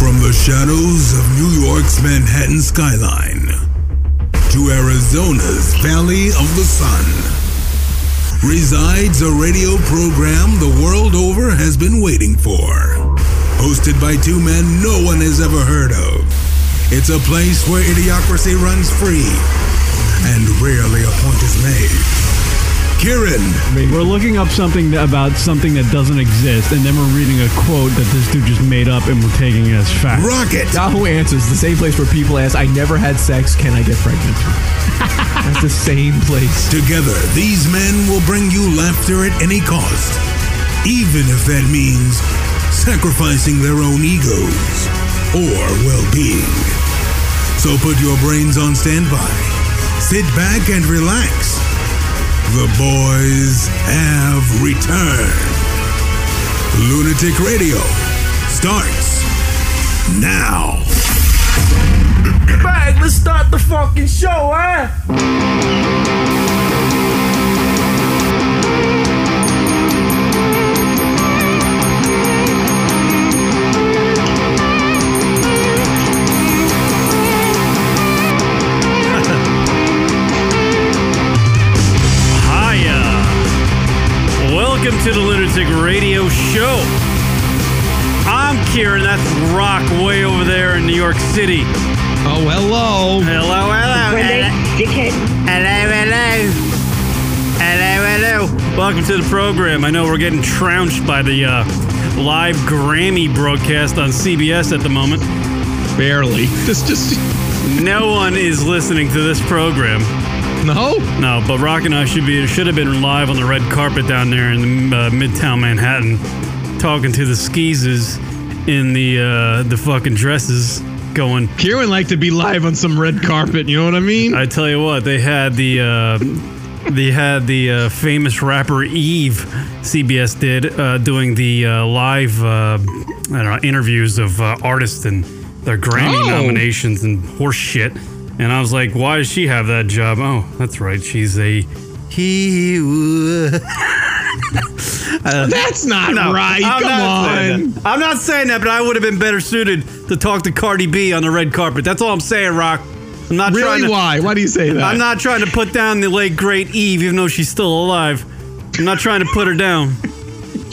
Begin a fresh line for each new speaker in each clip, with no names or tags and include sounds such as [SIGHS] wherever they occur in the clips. From the shadows of New York's Manhattan skyline to Arizona's Valley of the Sun resides a radio program the world over has been waiting for. Hosted by two men no one has ever heard of. It's a place where idiocracy runs free and rarely a point is made. Kieran
We're looking up something that, about something that doesn't exist, and then we're reading a quote that this dude just made up, and we're taking it as fact.
Rocket
Yahoo Answers, the same place where people ask, I never had sex, can I get pregnant? [LAUGHS] That's the same place.
Together, these men will bring you laughter at any cost, even if that means sacrificing their own egos or well being. So put your brains on standby, sit back, and relax. The boys have returned. Lunatic Radio starts now.
Bang, let's start the fucking show, eh?
Hiya. Welcome to the Lunatic Radio Show. I'm Kieran. That's Rock way over there in New York City.
Oh, hello.
Hello, hello.
When they
Hello,
dickhead.
hello. Hello, hello. Welcome to the program. I know we're getting trounced by the uh, live Grammy broadcast on CBS at the moment.
Barely. Just, just,
No one is listening to this program.
no?
No, but Rock and I should be should have been live on the red carpet down there in uh, Midtown Manhattan, talking to the skeezers in the uh, the fucking dresses. Going,
Kieran like to be live on some red carpet, you know what I mean?
I tell you what, they had the uh, they had the uh, famous rapper Eve CBS did uh, doing the uh, live uh, I don't know interviews of uh, artists and their Grammy
Oh.
nominations and horse shit. And I was like, why does she have that job? Oh, that's right, she's a he.
[LAUGHS] That's not
No,
right.
I'm
Come
not saying
on.
that. I'm not saying that, but I would have been better suited to talk to Cardi B on the red carpet. That's all I'm saying, Rock. I'm not trying
Really?
to.
Why? Why do you say that?
I'm not trying to put down the late great Eve, even though she's still alive. I'm not trying to put her
[LAUGHS]
down.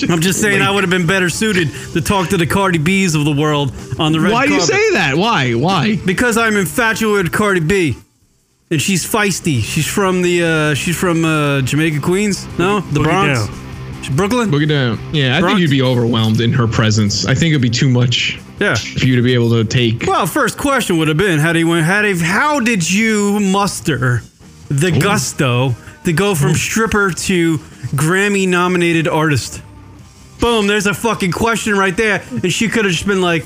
I'm just saying I would have been better suited to talk to the Cardi B's of the world on the red
Why
carpet.
do you say that? Why? Why?
Because I'm infatuated with Cardi B, and she's feisty. She's from the uh, she's from uh, Jamaica Queens. No, the Bronx, She- Brooklyn.
Book it down. Yeah, I
Bronx.
think you'd be overwhelmed in her presence. I think it'd be too much
Yeah.
for you to be able to take.
Well, first question would have been how do you win, how, do, how did you muster the gusto to go from stripper to Grammy nominated artist? Boom, there's a fucking question right there. And she could have just been like,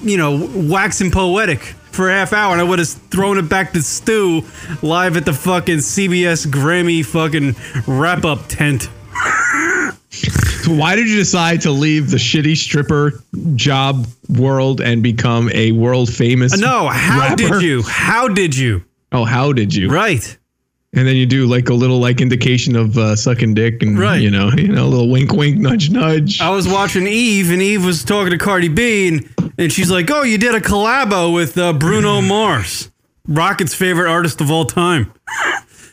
you know, waxing poetic for a half hour and I would have thrown it back to Stu live at the fucking CBS Grammy fucking wrap up tent.
So why did you decide to leave the shitty stripper job world and become a world famous?
No, how
rapper?
did you? How did you?
Oh, how did you?
Right.
And then you do like a little like indication of uh, sucking dick and
Right. Oh.
you know, [LAUGHS] you know, a little wink, wink, nudge, nudge.
I was watching Eve, and Eve was talking to Cardi B, and, and she's like, "Oh, you did a collabo with uh, Bruno Mars, Rocket's favorite artist of all time."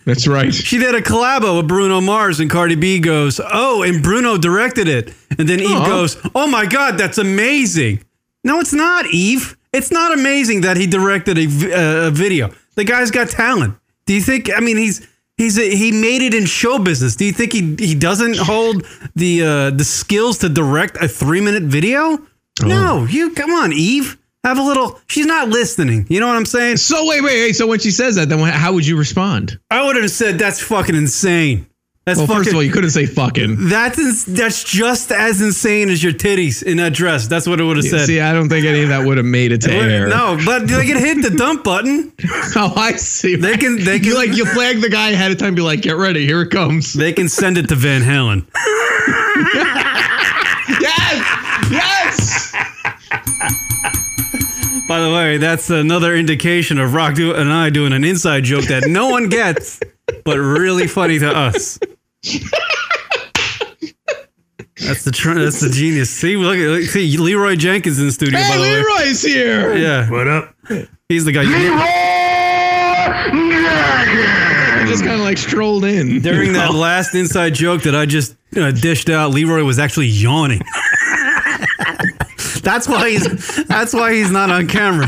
That's right.
She did a collabo with Bruno Mars, and Cardi B goes, "Oh, and Bruno directed it." And then Eve
Aw.
goes, "Oh my God, that's amazing!" No, it's not, Eve. It's not amazing that he directed a, vi- uh, a video. The guy's got talent. Do you think? I mean, he's he's a, he made it in show business. Do you think he he doesn't hold the uh, the skills to direct a three minute video?
Oh.
No, you come on, Eve. Have a little. She's not listening. You know what I'm saying?
So wait, wait, wait. So when she says that, then wh- how would you respond?
I would have said that's fucking insane. That's
Well,
fucking.
first of all, you couldn't say fucking.
That's ins- that's just as insane as your titties in that dress. That's what it would have [LAUGHS] said.
See, I don't think any of that would have made it to air.
no, but they can hit the dump button.
[LAUGHS] Oh, I see.
They can they can
[LAUGHS] you like you flag the guy ahead of time. Be like, get ready, here it
[LAUGHS]
comes.
they can send it to Van Halen.
yes, yes.
By the way, that's another indication of Rock do- and I doing an inside joke that no one gets, but really funny to us. That's the tr- that's the genius. See, look at look, see Leroy Jenkins in the studio. by
Hey,
the way,
Leroy's here.
yeah,
What up?
he's the guy. You
I just kind of like strolled
[LAUGHS]
in
during that last inside joke that I just uh, dished out, Leroy was actually yawning. that's why he's that's why he's not on camera.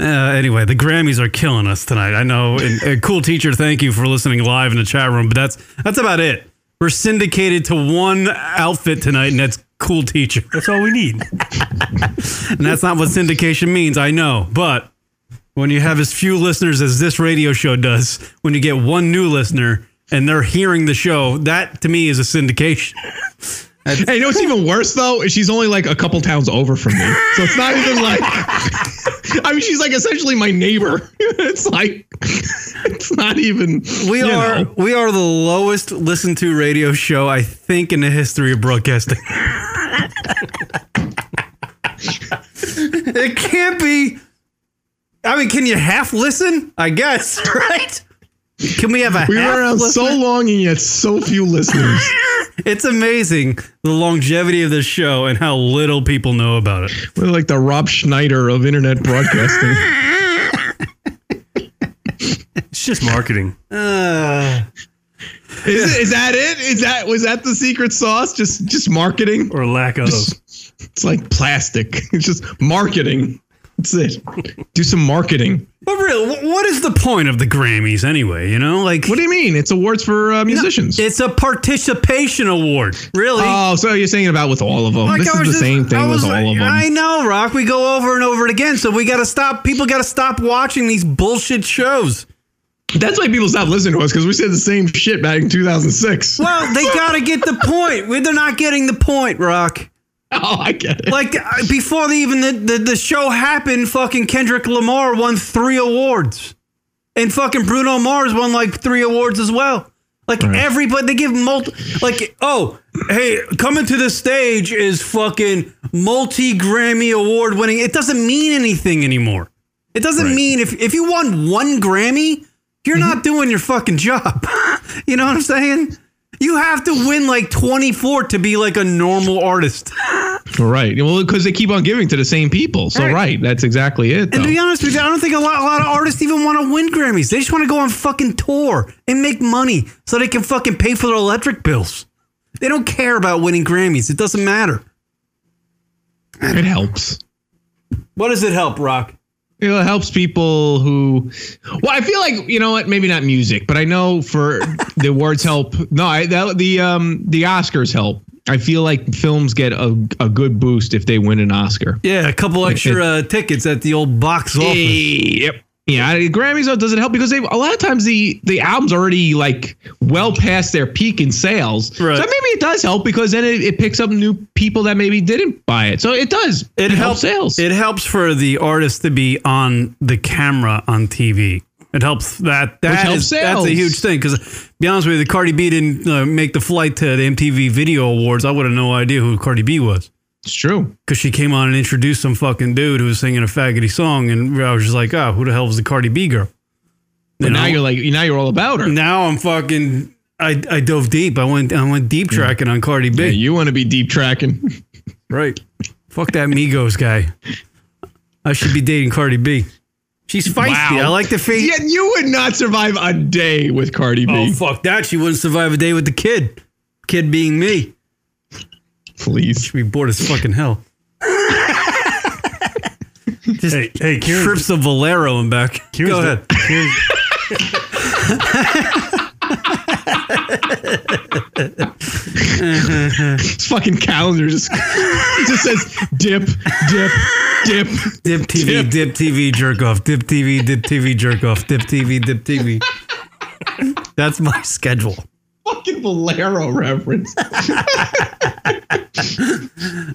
Uh, anyway, the Grammys are killing us tonight. I know. And, and cool teacher, thank you for listening live in the chat room. But that's that's about it. We're syndicated to one outfit tonight, and that's cool teacher.
That's all we need.
And that's not what syndication means, I know. But when you have as few listeners as this radio show does, when you get one new listener and they're hearing the show, that to me is a syndication.
Hey, [LAUGHS] you know what's even worse though? Is She's only like a couple towns over from me, so it's not even like. [LAUGHS] I mean, she's like essentially my neighbor. [LAUGHS] It's like, it's not even.
We
you
are
know.
we are the lowest listened to radio show I think in the history of broadcasting. it can't be. I mean, can you half listen? I guess, [LAUGHS] right? Can we have a
We
half
were around
listen?
so long and yet so
[LAUGHS]
few listeners.
It's amazing the longevity of this show and how little people know about it.
We're like the Rob Schneider of
[LAUGHS]
internet broadcasting.
It's just marketing.
Uh,
Is, is that it? Is that was that the secret sauce? Just just marketing?
Or lack of.
It's like plastic. [LAUGHS] It's just marketing. That's it. Do some marketing.
But really, wh- what is the point of the Grammys anyway? You know, like
What do you mean? It's awards for uh, musicians.
it's a participation award, really.
Oh, so you're saying about with all of them?
Like,
this
I
is the
was just-
same
I
thing with
was
all
like-
of them.
I know, Rock. We go over and over it again, so we got to stop. People got to stop watching these bullshit shows.
That's why people stopped listening to us because we said the same shit back in 2006.
Well, they got to get the point. We- They're not getting the point, Rock.
Oh, [LAUGHS] I get it.
Like I- before the, even the, the the show happened, fucking Kendrick Lamar won three awards, and fucking Bruno Mars won like three awards as well. Like everybody, they give multi. Like oh, hey, coming to the stage is fucking multi Grammy award winning. It doesn't mean anything anymore. It doesn't mean if if you won one Grammy, you're not doing your fucking job. [LAUGHS] you know what I'm saying? You have to win like 24 to be like a normal artist.
right. Well, because they keep on giving to the same people. So, right. That's exactly it.
And
though.
to be honest with you, I don't think a lot, a lot of artists even want to win Grammys. They just want to go on fucking tour and make money so they can fucking pay for their electric bills. They don't care about winning Grammys. It doesn't matter.
it helps.
What does it help, Rock?
You know, It helps people who. Well, I feel like you know what? Maybe not music, but I
[LAUGHS]
know for the awards help. No, I, that, the um the Oscars help. I feel like films get a, a good boost if they win an Oscar.
Yeah, a couple extra uh, tickets at the old box office.
Yep. Yeah, I- Grammys though doesn't help because they a lot of times the the album's already like well past their peak in sales.
Right.
So maybe it does help because then it, it picks up new people that maybe didn't buy it. So it does.
It helps
sales.
It helps for the artist to be on the camera on TV. It helps that that
helps
is- that's a
sales.
huge thing because be honest with you, the Cardi B didn't uh, make the flight to the MTV Video Awards. I would have no idea who Cardi B was.
it's true.
because she came on and introduced some fucking dude who was singing a faggoty song, and I was just like, oh, who the hell was the Cardi B girl?
But
You
now
know?
you're like now you're all about her.
Now I'm fucking. I, I dove deep. I went I went deep tracking on Cardi B.
Yeah, you want to be deep tracking. [LAUGHS]
right. Fuck that Migos guy. I should be dating Cardi B. She's feisty. I
Wow.
like the face.
Yet you would not survive a day with Cardi B.
Oh fuck that. She wouldn't survive a day with the kid. Kid being me.
Please.
She'd be bored as fucking hell. Just
Hey, hey, Kieran.
trips to Valero and back.
Kieran's
Go
the-
ahead.
Kieran's-
This fucking calendar just [LAUGHS] just says dip, dip, dip.
Dip TV, dip, TV, jerk off. Dip TV, dip TV, jerk off. Dip TV, dip TV. That's my schedule.
[LAUGHS] Fucking Valero reference.
Uh,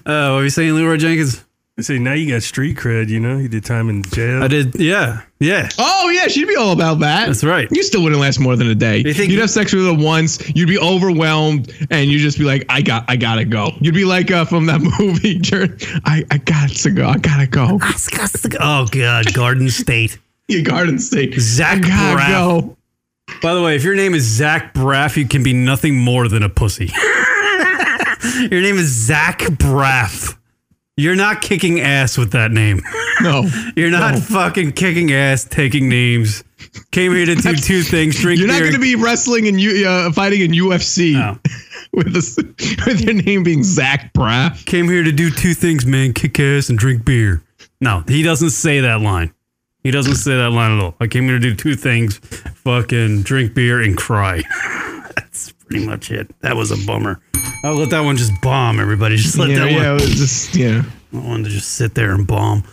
what were you saying, Leroy Jenkins?
I say now you got street cred. You know, you did time in jail. [LAUGHS]
I did. Yeah, yeah.
Oh yeah, she'd be all about that.
That's right.
You still wouldn't last more than a day. You
think-
would have sex with her once. You'd be overwhelmed, and you'd just be like, "I got, I gotta go." You'd be like uh, from that [LAUGHS] movie, Jer- I, I got to go. I gotta go. [LAUGHS]
Oh God, Garden State.
Your Garden State.
Zach
I gotta
Braff.
go.
By the way, if your name is Zach Braff, you can be nothing more than a pussy. [LAUGHS] your name is Zach Braff. You're not kicking ass with that name. [LAUGHS]
No,
You're not
No.
fucking kicking ass, taking names. Came here to do two things: drink
you're not
beer.
going to be wrestling and you uh, fighting in UFC
No.
[LAUGHS] with this, with your name being Zach Braff.
Came here to do two things, man: kick ass and drink beer. No, he doesn't say that line. He doesn't say that line at all. I came here to do two things: fucking drink beer and cry. [LAUGHS] That's pretty much it. That was a bummer. I'll let that one just bomb. Everybody, just let
Yeah,
that
yeah,
one.
it was just yeah.
I wanted to just sit there and bomb.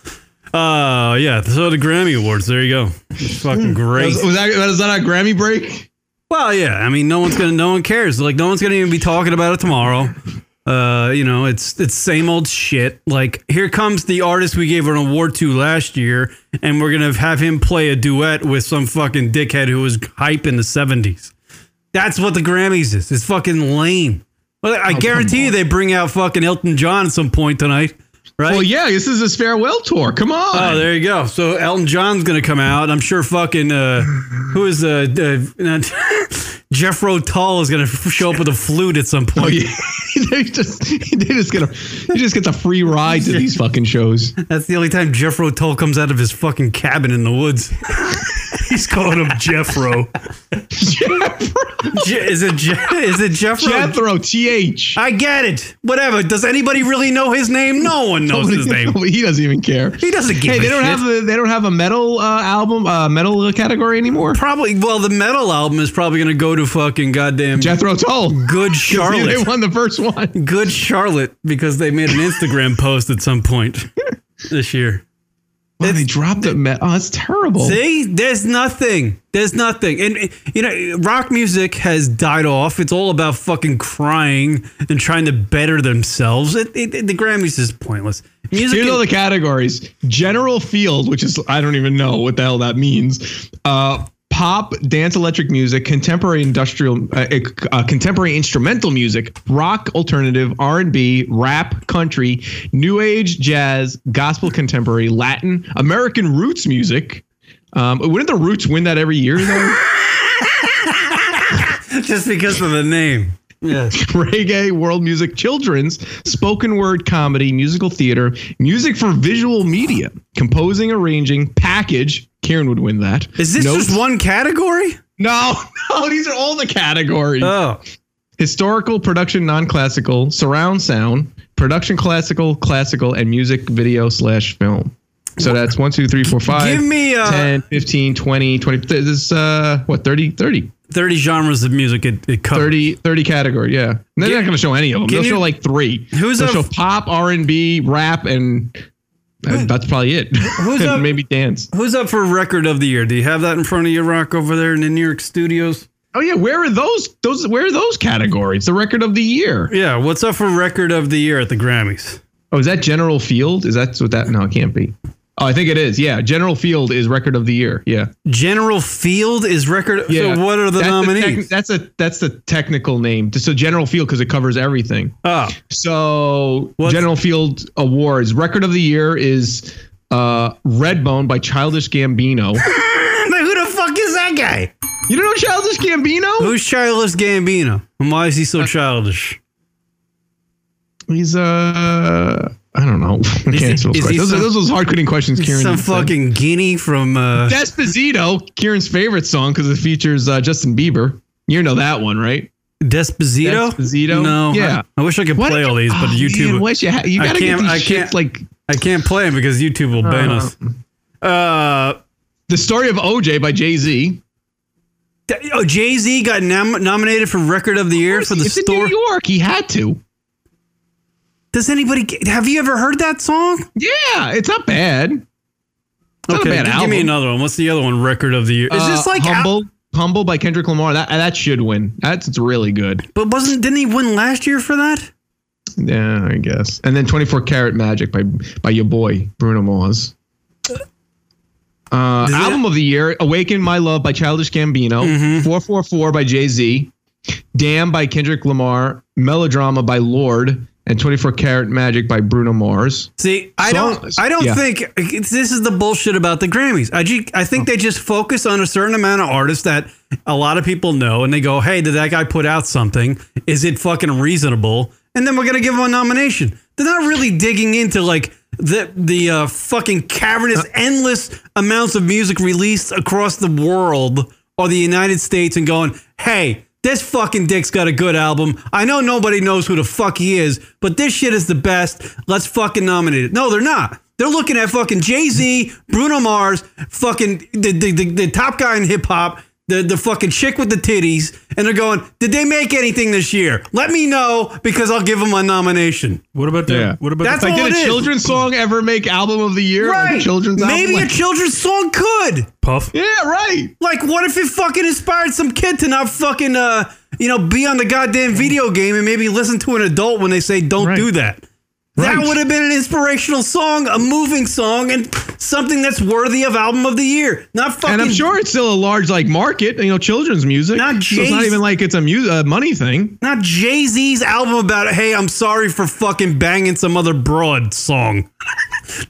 Uh, yeah. So the Grammy Awards. There you go. It's fucking great.
Was, was Hmm. that was that a Grammy break?
Well, yeah. I mean, no one's gonna, no one cares. Like, no one's gonna even be talking about it tomorrow. Uh, you know, it's it's same old shit. Like, here comes the artist we gave an award to last year, and we're gonna have him play a duet with some fucking dickhead who was hype in the seventies. That's what the Grammys is. It's fucking lame. Well, I guarantee you they bring out fucking Elton John at some point tonight, right?
Well, yeah, this is his farewell tour. Come on.
Oh, there you go. So Elton John's gonna come out. I'm sure fucking uh, who is uh, uh not, [LAUGHS] Jeffro Tull is gonna show up with a flute at some point.
Oh, yeah. [LAUGHS] they just they just get a he just gets a free ride to these
[LAUGHS]
fucking shows.
That's the only time Jeffro Tull comes out of his fucking cabin in the
[LAUGHS]
woods.
He's calling him Jeffro.
Je- is it Je- is it Jeffro?
Jethro T H.
I get it. Whatever. Does anybody really know his name? No one knows his name.
[LAUGHS] He doesn't even care.
He doesn't give
Hey,
a
they don't
shit.
have a they don't have a metal uh, album uh, metal category anymore.
probably. Well, the metal album is probably gonna go to fucking goddamn
Jethro Tull. [LAUGHS]
Good Charlotte.
They won the first one.
Good Charlotte because they made an [LAUGHS] Instagram post at some point this year.
Wow, they dropped it. Me- oh, that's terrible.
See, there's nothing. There's nothing. And, you know, rock music has died off. It's all about fucking crying and trying to better themselves. It, it, the Grammys is pointless. Music
Here's
is-
all the categories: general field, which is I don't even know what the hell that means. Uh, pop, dance, electric music, contemporary industrial, uh, uh, contemporary instrumental music, rock, alternative, R and B, rap, country, new age, jazz, gospel, contemporary, Latin, American roots music. Um, wouldn't the Roots win that every year though?
just because of the [LAUGHS] name. Yes.
reggae, world music, children's, spoken word comedy, musical theater, music for visual media, composing, arranging, package. Karen would win that.
Is this
Notes-
just one category?
No, [LAUGHS] no, these are all the categories.
Oh.
Historical, production, non-classical, surround sound, production, classical, classical, and music video slash film. So that's one, two, three, four, five,
Give me, uh,
10, 15, 20, 20. This is uh, what, 30, 30,
30 genres of music it, it covers.
30, 30 category. Yeah. And They're
Get-
not going to show any of them.
can
They'll
you-
show like three.
Who's
They'll
a-
show pop, R and B, rap, and uh, that's probably it.
Who's
[LAUGHS] And
a-
maybe dance?
Who's up for record of the year? Do you have that in front of you, Rock, over there in the New York studios?
Oh yeah, where are those? Those where are those categories? The record of the year.
Yeah. What's up for record of the year at the Grammys?
Oh, is that General Field? Is that what that? No, it can't be. Oh, I think it is. Yeah, General Field is record of the year. Yeah.
General Field is record.
yeah.
So what are the
That's tec-
nominees?
that's a that's the technical name. So General Field because it covers everything.
oh,
So
What's-
General Field awards record of the year is uh Redbone by Childish
[LAUGHS]
Gambino.
who the fuck is that guy?
you don't know Childish Gambino?
Who's Childish Gambino? And why is he so childish?
He's uh, I don't know. [LAUGHS] I
he-
can't answer
is
those
he
questions. Those, are,
some-
those are those hard hitting questions, Kieran.
Some
said.
fucking guinea from. Uh,
Despacito, Kieran's favorite song because it features uh, Justin Bieber. You know that one, right?
Despacito?
Despacito?
No.
Yeah.
I, I wish I could play all these, but
Oh,
YouTube.
Man, wish you, ha- you
I
gotta get
can't-
these
I can't-
shits, like
I can't play them because YouTube will ban us. Uh,
the story of OJ by Jay Z.
d- oh, Jay Z got nom- nominated for Record of the Year for the
It's in New
story.
York. He had to.
Does anybody. g- Have you ever heard that song?
Yeah, it's not bad. It's not a
okay.
bad
give
album.
me another one. What's the other one? Record of the Year. Is this
Uh,
like. Al-
humble? humble by Kendrick Lamar. That that should win. That's it's really good.
But wasn't didn't he win last year for that?
Yeah, I guess. And then 24 Karat Magic by by your boy Bruno Mars. Uh,
Does it-
album of the year: Awaken My Love by Childish Gambino,
Mm-hmm.
444 by Jay Z, Damn by Kendrick Lamar, Melodrama by Lord, and 24 Karat Magic by Bruno Mars.
See, I don't,
Songs,
I don't
yeah.
think this is the bullshit about the Grammys. I, ju- I
Oh.
think they just focus on a certain amount of artists that a lot of people know, and they go, "Hey, did that guy put out something? Is it fucking reasonable?" And then we're gonna give him a nomination. They're not really digging into like the the uh, fucking cavernous,
Uh.
endless amounts of music released across the world or the United States and going, "Hey." This fucking dick's got a good album. I know nobody knows who the fuck he is, but this shit is the best. Let's fucking nominate it. No, they're not. They're looking at fucking Jay Z, Bruno Mars, fucking the, the, the, the top guy in hip hop, the, the fucking chick with the titties, and they're going, Did they make anything this year? Let me know because I'll give them a nomination.
What about the?
Yeah.
What about
That's
the,
all
Did
it
a
is.
children's song ever make album of the year? Like a children's album?
Maybe a
Like-
children's song could.
Puff?
yeah, right.
Like, what if it fucking inspired some kid to not fucking, uh, you know, be on the goddamn video game and maybe listen to an adult when they say don't
Right.
do that? That
Right.
would have been an inspirational song, a moving song, and something that's worthy of album of the year. Not fucking.
And I'm sure it's still a large like market, you know, children's music.
Not
so it's not
Jay's-
even like it's a mu- uh, money thing.
Not Jay Z's album about hey, I'm sorry for fucking banging some other broad song. [LAUGHS]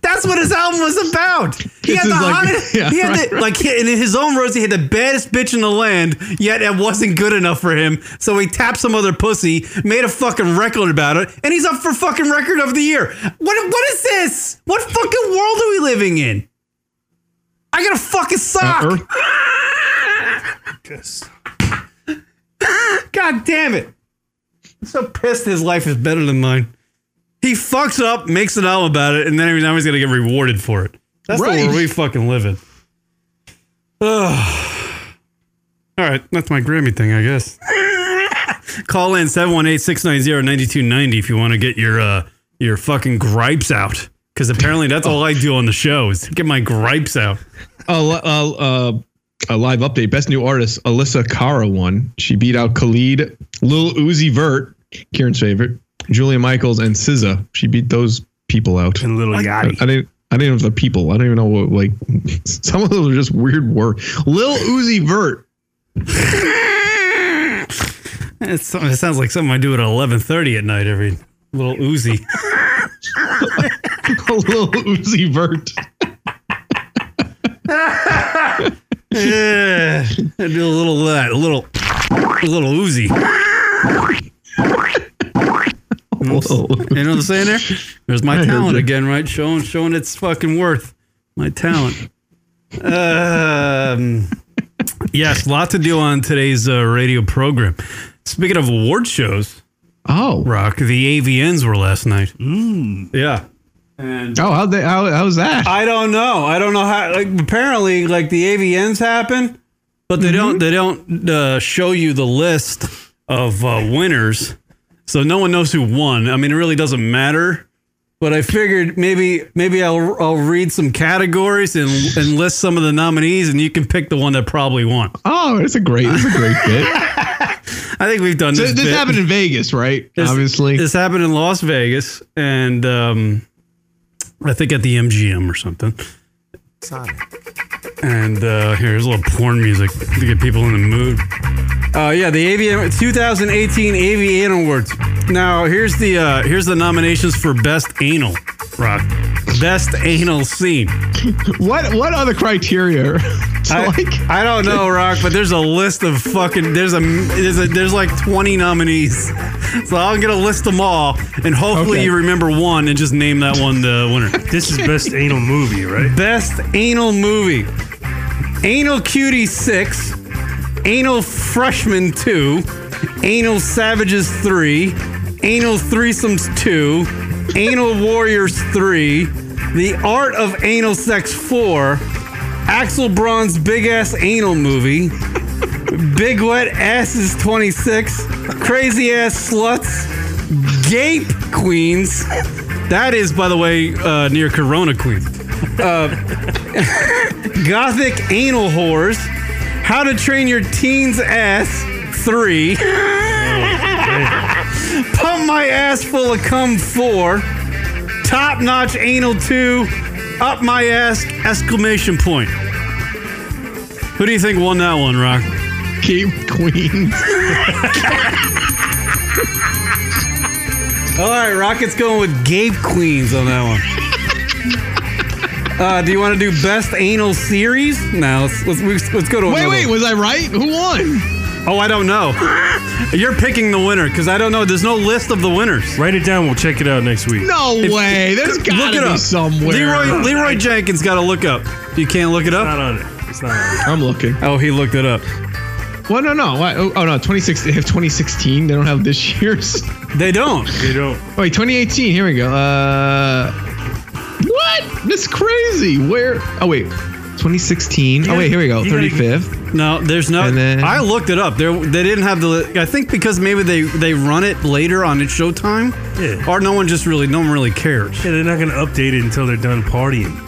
That's what his album was about. He had
This
the
is like-
hottest,
[LAUGHS] yeah,
he had
right,
the,
right.
like he- in his own words, he had the baddest bitch in the land. Yet it wasn't good enough for him, so he tapped some other pussy, made a fucking record about it, and he's up for fucking record of the year. What what is this? What fucking world are we living in? I got a fucking sock.
Earth-
God damn it. I'm so pissed his life is better than mine. He fucks up, makes an album about it, and then every now he's gonna get rewarded for it. That's
Right.
the world we fucking live in. [SIGHS] Ugh. All right, that's my Grammy thing, I guess. [LAUGHS] Call in 718-690-9290 if you want to get your uh your fucking gripes out. Because apparently that's all I do on the show is get my gripes out. [LAUGHS]
a, li- a, uh, a live update. Best new artist, Alyssa Cara won. She beat out Khalid, Lil Uzi Vert, Kieran's favorite, Julia Michaels, and SZA. She beat those people out.
And little
I, I
Yachty.
didn't. I didn't know if the people. I don't even know what. Like [LAUGHS] some of those are just weird words. Lil Uzi Vert.
It's, something- it sounds like something I do at 11:30 at night every little oozy.
[LAUGHS] Lil Uzi Vert.
[LAUGHS] Yeah, I do a little of that, a little, a little oozy. You
Whoa.
know what I'm saying? There, there's my
heard
talent
you.
again, right? Showing, showing its fucking worth. My talent. Um, yes, lot to do on today's uh, radio program. Speaking of award shows,
Oh.
Rock, the AVNs were last night.
Mm.
Yeah.
Oh, how they? How, how's that?
I don't know. I don't know how. Like, apparently, like the AVNs happen, but they don't. They don't uh, show you the list of uh, winners, so no one knows who won. I mean, it really doesn't matter. But I figured maybe maybe I'll I'll read some categories and and list some of the nominees, and you can pick the one that probably won.
oh, it's a great. It's a [LAUGHS] great bit.
I think we've done
So
this.
this
bit.
happened in Vegas, right? Obviously.
This happened in Las Vegas, and um, I think at the MGM or something. And uh, here's a little porn music to get people in the mood. Uh, yeah, the AVN 2018 AVN Awards. Now here's the uh, here's the nominations for best anal rock, best anal scene.
What what other criteria? [LAUGHS] to
I,
like
I don't know, Rock, but there's a list of fucking there's a there's a there's like 20 nominees, [LAUGHS] so I'm gonna list them all, and hopefully
Okay.
you remember one and just name that one the winner.
This is
[LAUGHS]
best anal movie, right?
Best anal movie: Anal Cutie Six, Anal Freshman Two, Anal Savages Three, Anal Threesomes Two, Anal Warriors Three, The Art of Anal Sex Four, Axel Braun's Big Ass Anal Movie. Big Wet Asses 26, Crazy Ass Sluts, Gape Queens. That is, by the way, uh, near Corona Queens. Gothic Anal Whores, How to Train Your Teen's Ass
[LAUGHS]
3, Pump My Ass Full of Cum 4, Top Notch Anal 2, Up My Ass exclamation point. Who do you think won that one, Rock?
Cape Queens.
All right, Rocket's going with Gabe Queens on that
[LAUGHS]
one. Uh, do you want to do best anal series? No, let's let's, let's, let's go to
Wait,
another
wait,
one.
was I right? Who won?
Oh, I don't
[LAUGHS]
know. You're picking the winner because I don't know. There's no list of the winners.
Write it down. We'll check it out next week.
No way. There's
look it
gotta be
up
somewhere.
Leroy Leroy Jenkins got to look up. You can't look it
It's
up.
not on it. It's not on it.
I'm looking.
Oh, he looked it up.
Well, no, no. Why? Oh, oh, no. 2016. They have 2016. They don't have this year's.
They don't.
They don't.
Wait, 2018. Here we go. Uh, what? That's crazy. Where? Oh wait, 2016. Oh wait, here we go.
You gotta-
35th.
No, there's no.
And then-
I looked it up. There, they didn't have the. I think because maybe they they run it later on its Showtime, [LAUGHS]
Yeah.
or no one just really no one really cares.
Yeah, they're not gonna update it until they're done partying.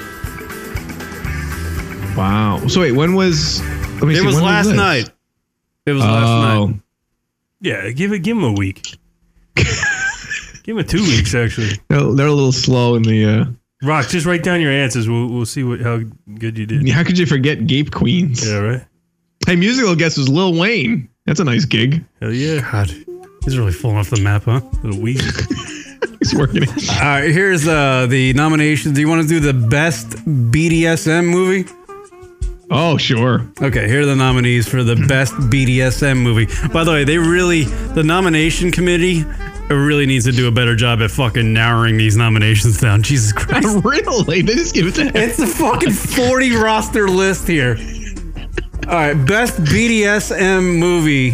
Wow. So wait, when was? Let me
It
see,
was
when
last
this?
night. It was
Oh,
last night.
Yeah, give it. Give them
[LAUGHS]
a week. give them two weeks actually.
they're, they're a little slow in the. Uh,
Rock, just write down your answers. We'll we'll see what how good you did.
how could you forget Gape Queens?
Yeah, right.
Hey, musical guest was Lil Wayne. That's a nice gig.
Hell yeah.
God, he's really falling off the map, huh?
Little week.
He's working. it.
[LAUGHS] All right, here's uh, the nominations. Do you want to do the best BDSM movie?
oh sure. [LAUGHS]
Okay, here are the nominees for the best BDSM movie. By the way, they really the nomination committee really needs to do a better job at fucking narrowing these nominations down. [LAUGHS] Jesus Christ.
really? They just give it to him. [LAUGHS]
It's a fucking 40 roster list here. All right, best BDSM movie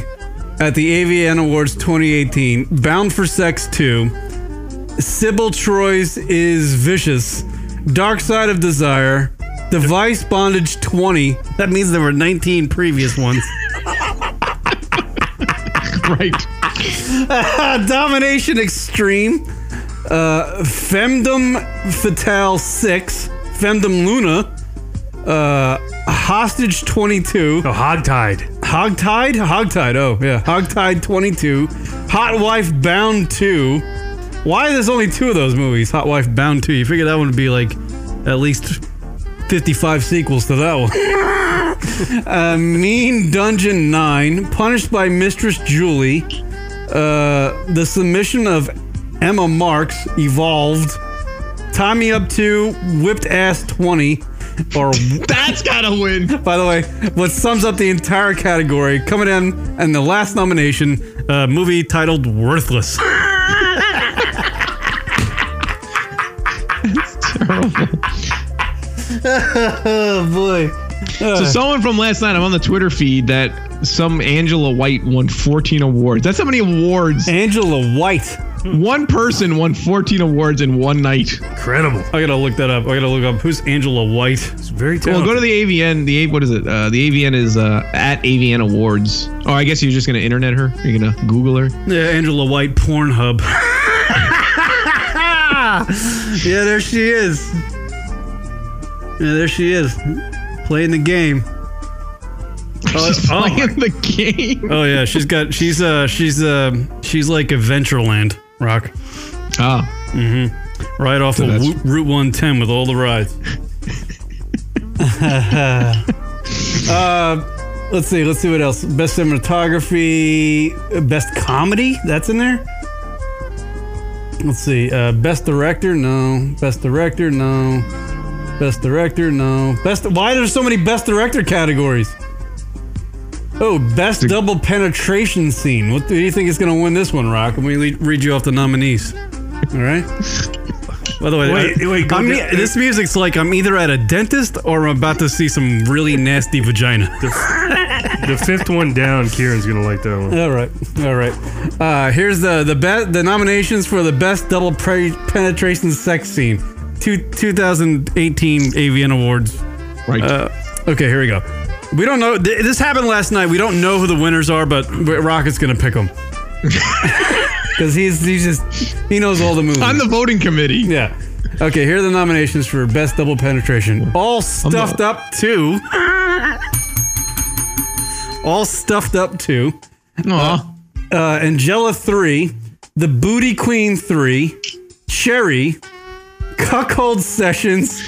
at the AVN Awards 2018 Bound for Sex 2, Sybil Troy's Is Vicious, Dark Side of Desire, Device Bondage 20. That means there were 19 previous ones.
right.
Uh, [LAUGHS] Domination Extreme, uh, Femdom Fatale 6, Femdom Luna, uh, Hostage 22,
Oh, hogtied.
Hogtied? Hogtied, oh, yeah. Hogtied 22, Hot Wife Bound 2. Why there's only two of those movies, Hot Wife Bound 2? You figure that one would be like at least 55 sequels to that one. [LAUGHS] uh, mean Dungeon 9, Punished by Mistress Julie, uh, The Submission of Emma Marks, Evolved, Tommy Up 2, Whipped Ass 20, or
That's gotta win.
by the way, what sums up the entire category coming in and the last nomination, a movie titled Worthless. [LAUGHS] Oh,
So someone from last night, I'm on the Twitter feed that some Angela White won 14 awards. That's how
[LAUGHS]
many awards.
Angela White.
One person won 14 awards in one night.
Incredible.
I gotta look that up. I gotta look up who's Angela White.
It's very
Well,
talented.
go to the AVN. The A- what is it? Uh, the AVN is uh, at AVN Awards. Oh, I guess you're just gonna internet her. You're gonna Google her. [LAUGHS]
Yeah, Angela White Pornhub. [LAUGHS] yeah, there she is. Yeah, there she is. Playing the game.
She's
oh.
playing the game.
Oh yeah, she's got she's uh she's uh she's like a Ventureland rock.
Ah,
Right off of
that's-
Wo- Route 110 with all the rides. [LAUGHS] uh, let's see. Let's see what else. Best cinematography, uh, best comedy. That's in there. Let's see. Uh, best director, no. Best director, no. Best director, no. Best. Why there's so many best director categories? Oh, best double penetration scene. What do you think is going to win this one, Rock? Let me le- read you off the nominees. All right. By the way,
Wait,
I-
wait, go
I'm e-
down-
this music's like I'm either at a dentist or I'm about to see some really nasty vagina.
the fifth one down. Kieran's gonna like that
[LAUGHS] [LAUGHS]
one.
All right, all right. Uh, here's the the best the nominations for the best double pre- penetration sex scene, two, 2018 AVN Awards.
right.
Okay, here we go. We don't know. Th- this happened last night. We don't know who the winners are, but Rocket's gonna pick
[LAUGHS]
them because he's he's just he knows all the movies.
I'm the voting committee.
Yeah. Okay, here are the nominations for Best Double Penetration. All Stuffed Up 2. All Stuffed Up 2.
Aw.
Uh, Angela 3. The Booty Queen 3. Cherry. Cuckold Sessions.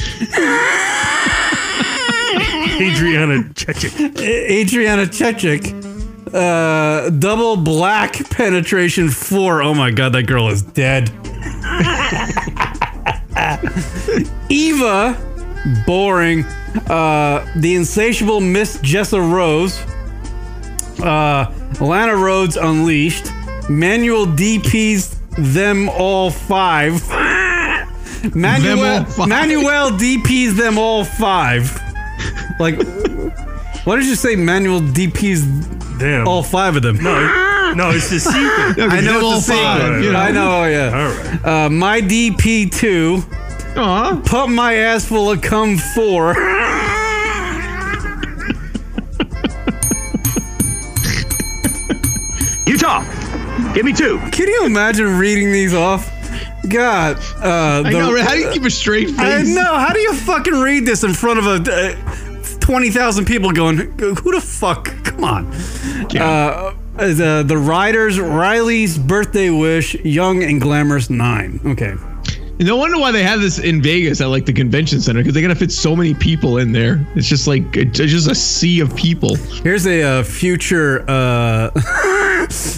Adriana Chechik.
Adriana Chechik. Uh, double black penetration four. Oh my god, that girl is dead. [LAUGHS] Eva, boring. Uh, the insatiable Miss Jessa Rose. Uh, Lana Rhodes Unleashed. Manual DP's Them All Five. Manuel,
[LAUGHS] Them All Five.
Manuel DP's Them All Five. Like,
[LAUGHS]
why did you say Manual DP's
Damn.
all five of them.
[LAUGHS] No, no, it's
[LAUGHS]
the sequel.
I
know it's the same.
you know.
I know, oh, yeah.
All right.
Uh, my DP2,
Aw.
Pump My Ass Full of Cum [LAUGHS] 4.
Utah, give me two.
Can you imagine reading these off? God. Uh, the,
I know. right? How do you keep a straight face?
I know. How do you fucking read this in front of a. Uh, 20,000 people going, who the fuck? Come on. Uh, the, the Riders, Riley's Birthday Wish, Young and Glamorous 9. Okay.
No wonder why they have this in Vegas at like the convention center because they gotta fit so many people in there. It's just like it's just a sea of people.
Here's a uh, future uh, [LAUGHS]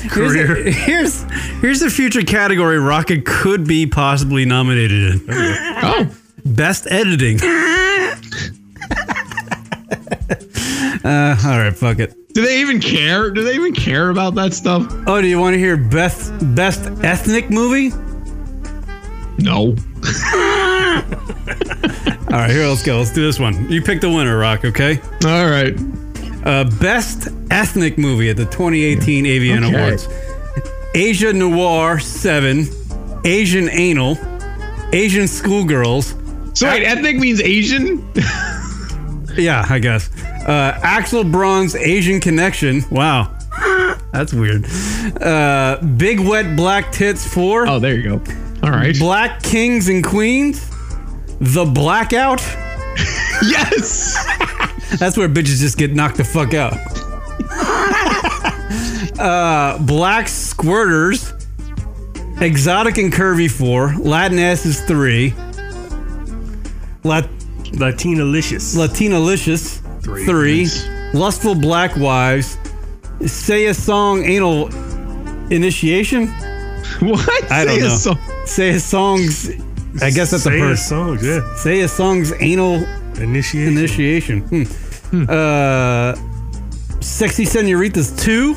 Career.
Here's a, here's here's the future category Rocket could be possibly nominated in.
Oh,
Best [LAUGHS] editing. uh, all right, fuck it.
do they even care? Do they even care about that stuff?
Oh, do you want to hear best best ethnic movie?
No.
All right, here, let's go. Let's do this one. You pick the winner, Rock. Okay.
All right.
Uh, best ethnic movie at the 2018 AVN
Okay.
Awards. Asia Noir Seven, Asian Anal, Asian Schoolgirls.
So wait, ethnic means Asian. [LAUGHS]
Yeah, I guess. Uh, Axel Bronze Asian Connection. Wow. [LAUGHS] That's weird. Uh, Big Wet Black Tits 4.
Oh, there you go. All right.
Black Kings and Queens. The Blackout.
yes. [LAUGHS]
That's where bitches just get knocked the fuck out. [LAUGHS] uh, Black Squirters. Exotic and Curvy 4. Latin Asses 3. Lat-
Latinalicious.
Latinalicious three,
Nice.
lustful black wives, say a song anal initiation,
What?
I don't
Say a
know.
song-
say a songs. I guess that's
Say
a
the
person.
songs, yeah.
Say a song's anal
Initiation.
initiation. Hmm. Uh, sexy senoritas two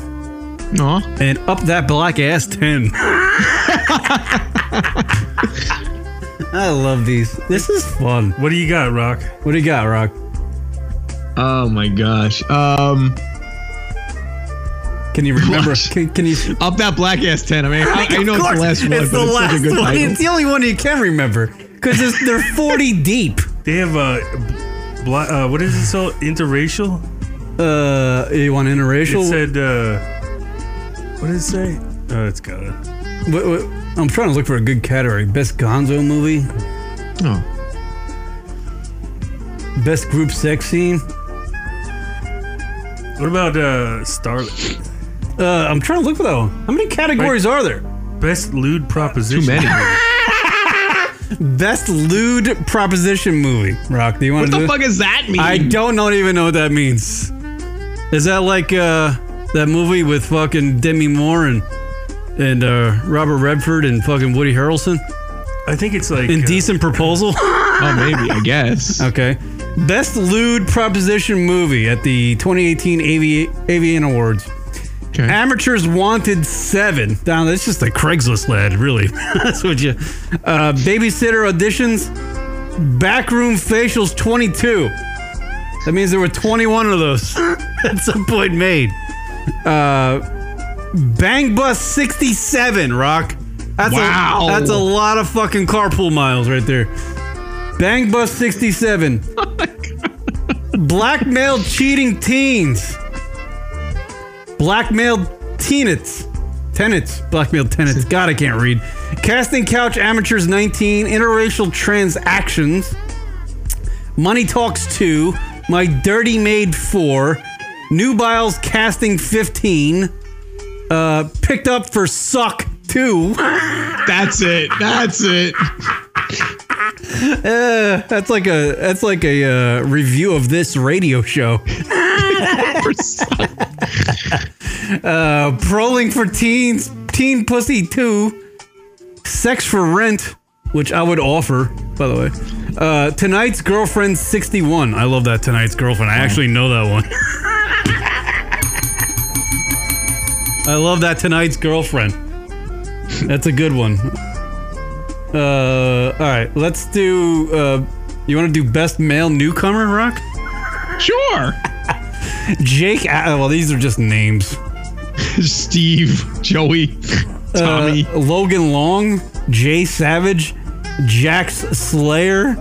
Aw.
and up that black ass ten. I love these. This is fun.
What do you got, Rock?
What do you got, Rock?
Oh my gosh. Um,
Can you remember?
Gosh.
Can, can you?
up that black ass tent. I mean, I, I know it's the last one, but it's such a good
one.
title.
It's the only one you can remember because they're 40 [LAUGHS] deep.
They have uh, bla- uh, what is it? So interracial.
Uh, you want
It
interracial?
said. Uh, what did it say? Oh, it's got it.
Wait, wait, I'm trying to look for a good category. Best Gonzo movie,
Oh.
best group sex scene.
What about uh, Starlet?
Uh, I'm trying to look for that one. How many categories are there?
Best lewd proposition.
Too
[LAUGHS]
many.
Best lewd proposition movie. Rock, do you want to
What
do?
the
it?
fuck does that mean?
I don't not even know what that means. Is that like uh that movie with fucking Demi Moore and and uh, Robert Redford and fucking Woody Harrelson?
I think it's like uh,
Indecent Proposal.
Oh, maybe. I
[LAUGHS]
guess.
Okay. Best lewd proposition movie at the 2018 AV- AVN Awards.
Okay.
Amateurs Wanted 7. Now, that's just a Craigslist lad, really. [LAUGHS] that's what you. Uh, babysitter Auditions. Backroom Facials 22. That means there were 21 of those at some point made. Uh, Bang Bus 67, Rock. That's
Wow.
A, that's a lot of fucking carpool miles right there. Bang Bus 67. Blackmail cheating teens. Blackmailed tenants. Tenants. Blackmailed tenants. God, I can't read. Casting Couch Amateurs 19. Interracial Transactions. Money Talks 2. My Dirty Maid 4. Nubiles Casting 15. Uh, picked Up for Suck 2.
That's it. That's it.
[LAUGHS] That's like a that's like [LAUGHS] Uh, a uh, review of this radio show. uh, Proling for Teens, Teen Pussy 2, Sex for Rent, which I would offer, by the way. Uh, Tonight's Girlfriend 61. I love that Tonight's Girlfriend. I actually know that one. I love that Tonight's Girlfriend. That's a good one. Uh, all right, let's do. Uh, you want to do best male newcomer, Rock?
Sure.
Jake. Ah, well, these are just names.
[LAUGHS] Steve, Joey, Tommy.
Uh, Logan Long, Jay Savage, Jax Slayer,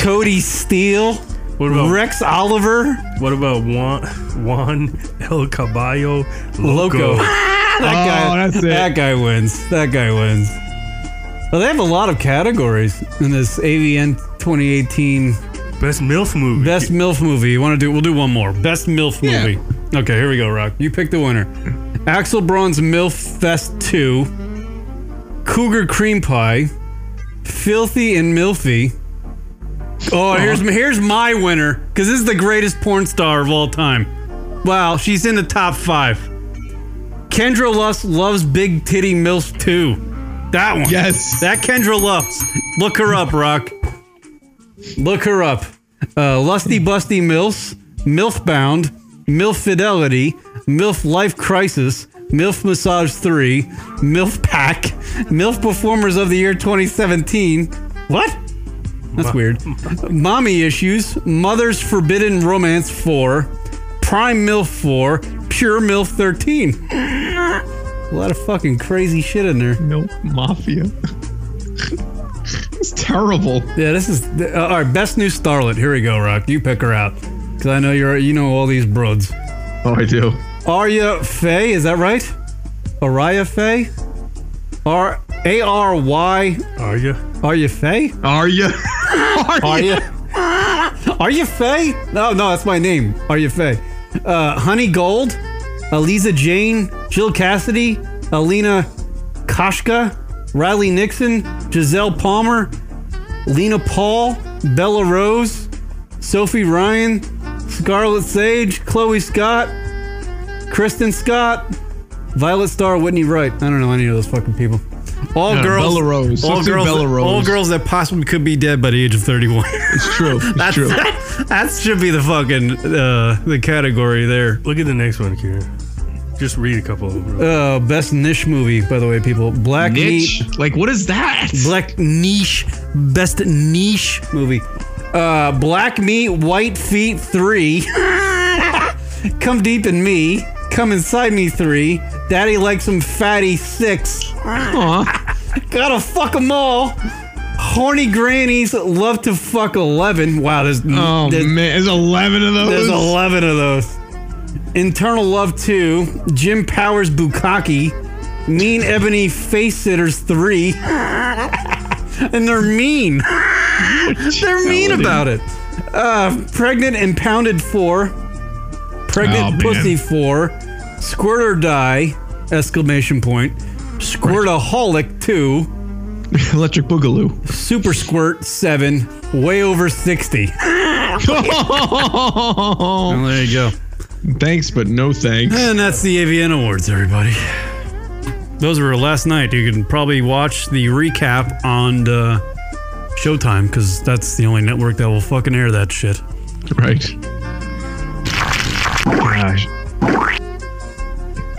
Cody Steele,
What about
Rex Oliver,
what about Juan, Juan El Caballo
Loco. [LAUGHS]
Loco?
that guy,
Oh, that's it.
that guy wins. That guy wins. Well, they have a lot of categories in this AVN 2018
Best MILF movie.
Best MILF movie. You want to do? We'll do one more. Best MILF movie. Okay, here we go, Rock. You pick the winner. Axel Braun's MILF Fest 2, Cougar Cream Pie, Filthy and MILFy. Oh, here's here's my winner because this is the greatest porn star of all time. Wow, she's in the top five. Kendra Lust loves Big Titty MILF 2. That one.
Yes.
That Kendra loves. Look her up, Rock. Look her up. Uh, Lusty Busty MILFs, MILF Bound, MILF Fidelity, MILF Life Crisis, MILF Massage 3, MILF Pack, MILF Performers of the Year 2017. What? That's weird. Mommy Issues, Mother's Forbidden Romance 4, Prime MILF 4, Pure MILF 13. [LAUGHS] A lot of fucking crazy shit in there.
Nope, Mafia. it's terrible.
Yeah, this is uh, our best new starlet. Here we go, Rock. You pick her out because I know you're you know all these broads.
Oh, I do.
Arya Faye, is that right? Arya Faye. R A R Y.
Are you?
Arya Faye.
Are you? [LAUGHS] Are you?
Arya. [LAUGHS] Arya Faye? No, no, that's my name. Arya Faye. Uh, Honey Gold, Eliza Jane, Jill Cassidy, Alina Koshka, Riley Nixon, Giselle Palmer, Lena Paul, Bella Rose, Sophie Ryan, Scarlett Sage, Chloe Scott, Kristen Scott, Violet Star, Whitney Wright. I don't know any of those fucking people. All
No,
girls,
Bella Rose.
All
Let's do
girls,
Bella Rose.
all girls that possibly could be dead by the age of thirty-one. [LAUGHS]
It's true. It's
That's,
true.
That, should be the fucking uh, the category there.
Look at the next one, Kieran. Just read a couple of them. bro.
Uh, best niche movie, by the way, people. Black
Niche?
Meat.
Like, what is that?
Black niche. Best niche movie. Uh, Black Meat, White Feet Three. [LAUGHS] Come deep in me. Come inside me three. Daddy likes some fatty six. [LAUGHS]
Aw.
Gotta fuck 'em all. Horny grannies love to fuck eleven. Wow, there's
Oh,
there's-
man. There's 11 of those.
There's 11 of those. Internal Love 2, Jim Powers Bukaki, Mean Ebony Face Sitters 3. [LAUGHS] and they're mean. they're mean
Talented.
about it. Uh, Pregnant and Pounded 4,
Oh,
Pregnant
man.
Pussy 4, Squirt or Die, exclamation point, Squirtaholic 2,
[LAUGHS] Electric Boogaloo.
Super Squirt 7, Way Over 60. Well, there you go.
thanks, but no thanks.
And that's the AVN Awards, everybody. Those were last night. You can probably watch the recap on uh, Showtime because that's the only network that will fucking air that shit.
Right. Gosh.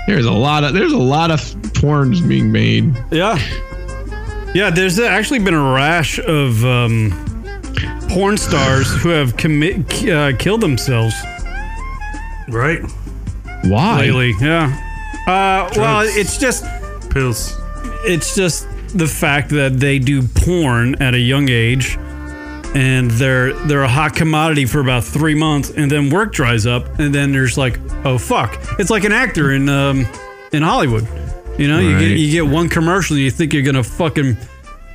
There's a lot of there's a lot of porns being made.
Yeah. Yeah, there's actually been a rash of um, porn stars who have commit, uh, killed themselves
Right?
Why?
lately. Yeah. Uh, well,
Drugs.
it's just
Pills.
it's just the fact that they do porn at a young age and they're they're a hot commodity for about three months and then work dries up and then there's like oh fuck it's like an actor in um in hollywood you know you
Right.
get you get one commercial and you think you're gonna fucking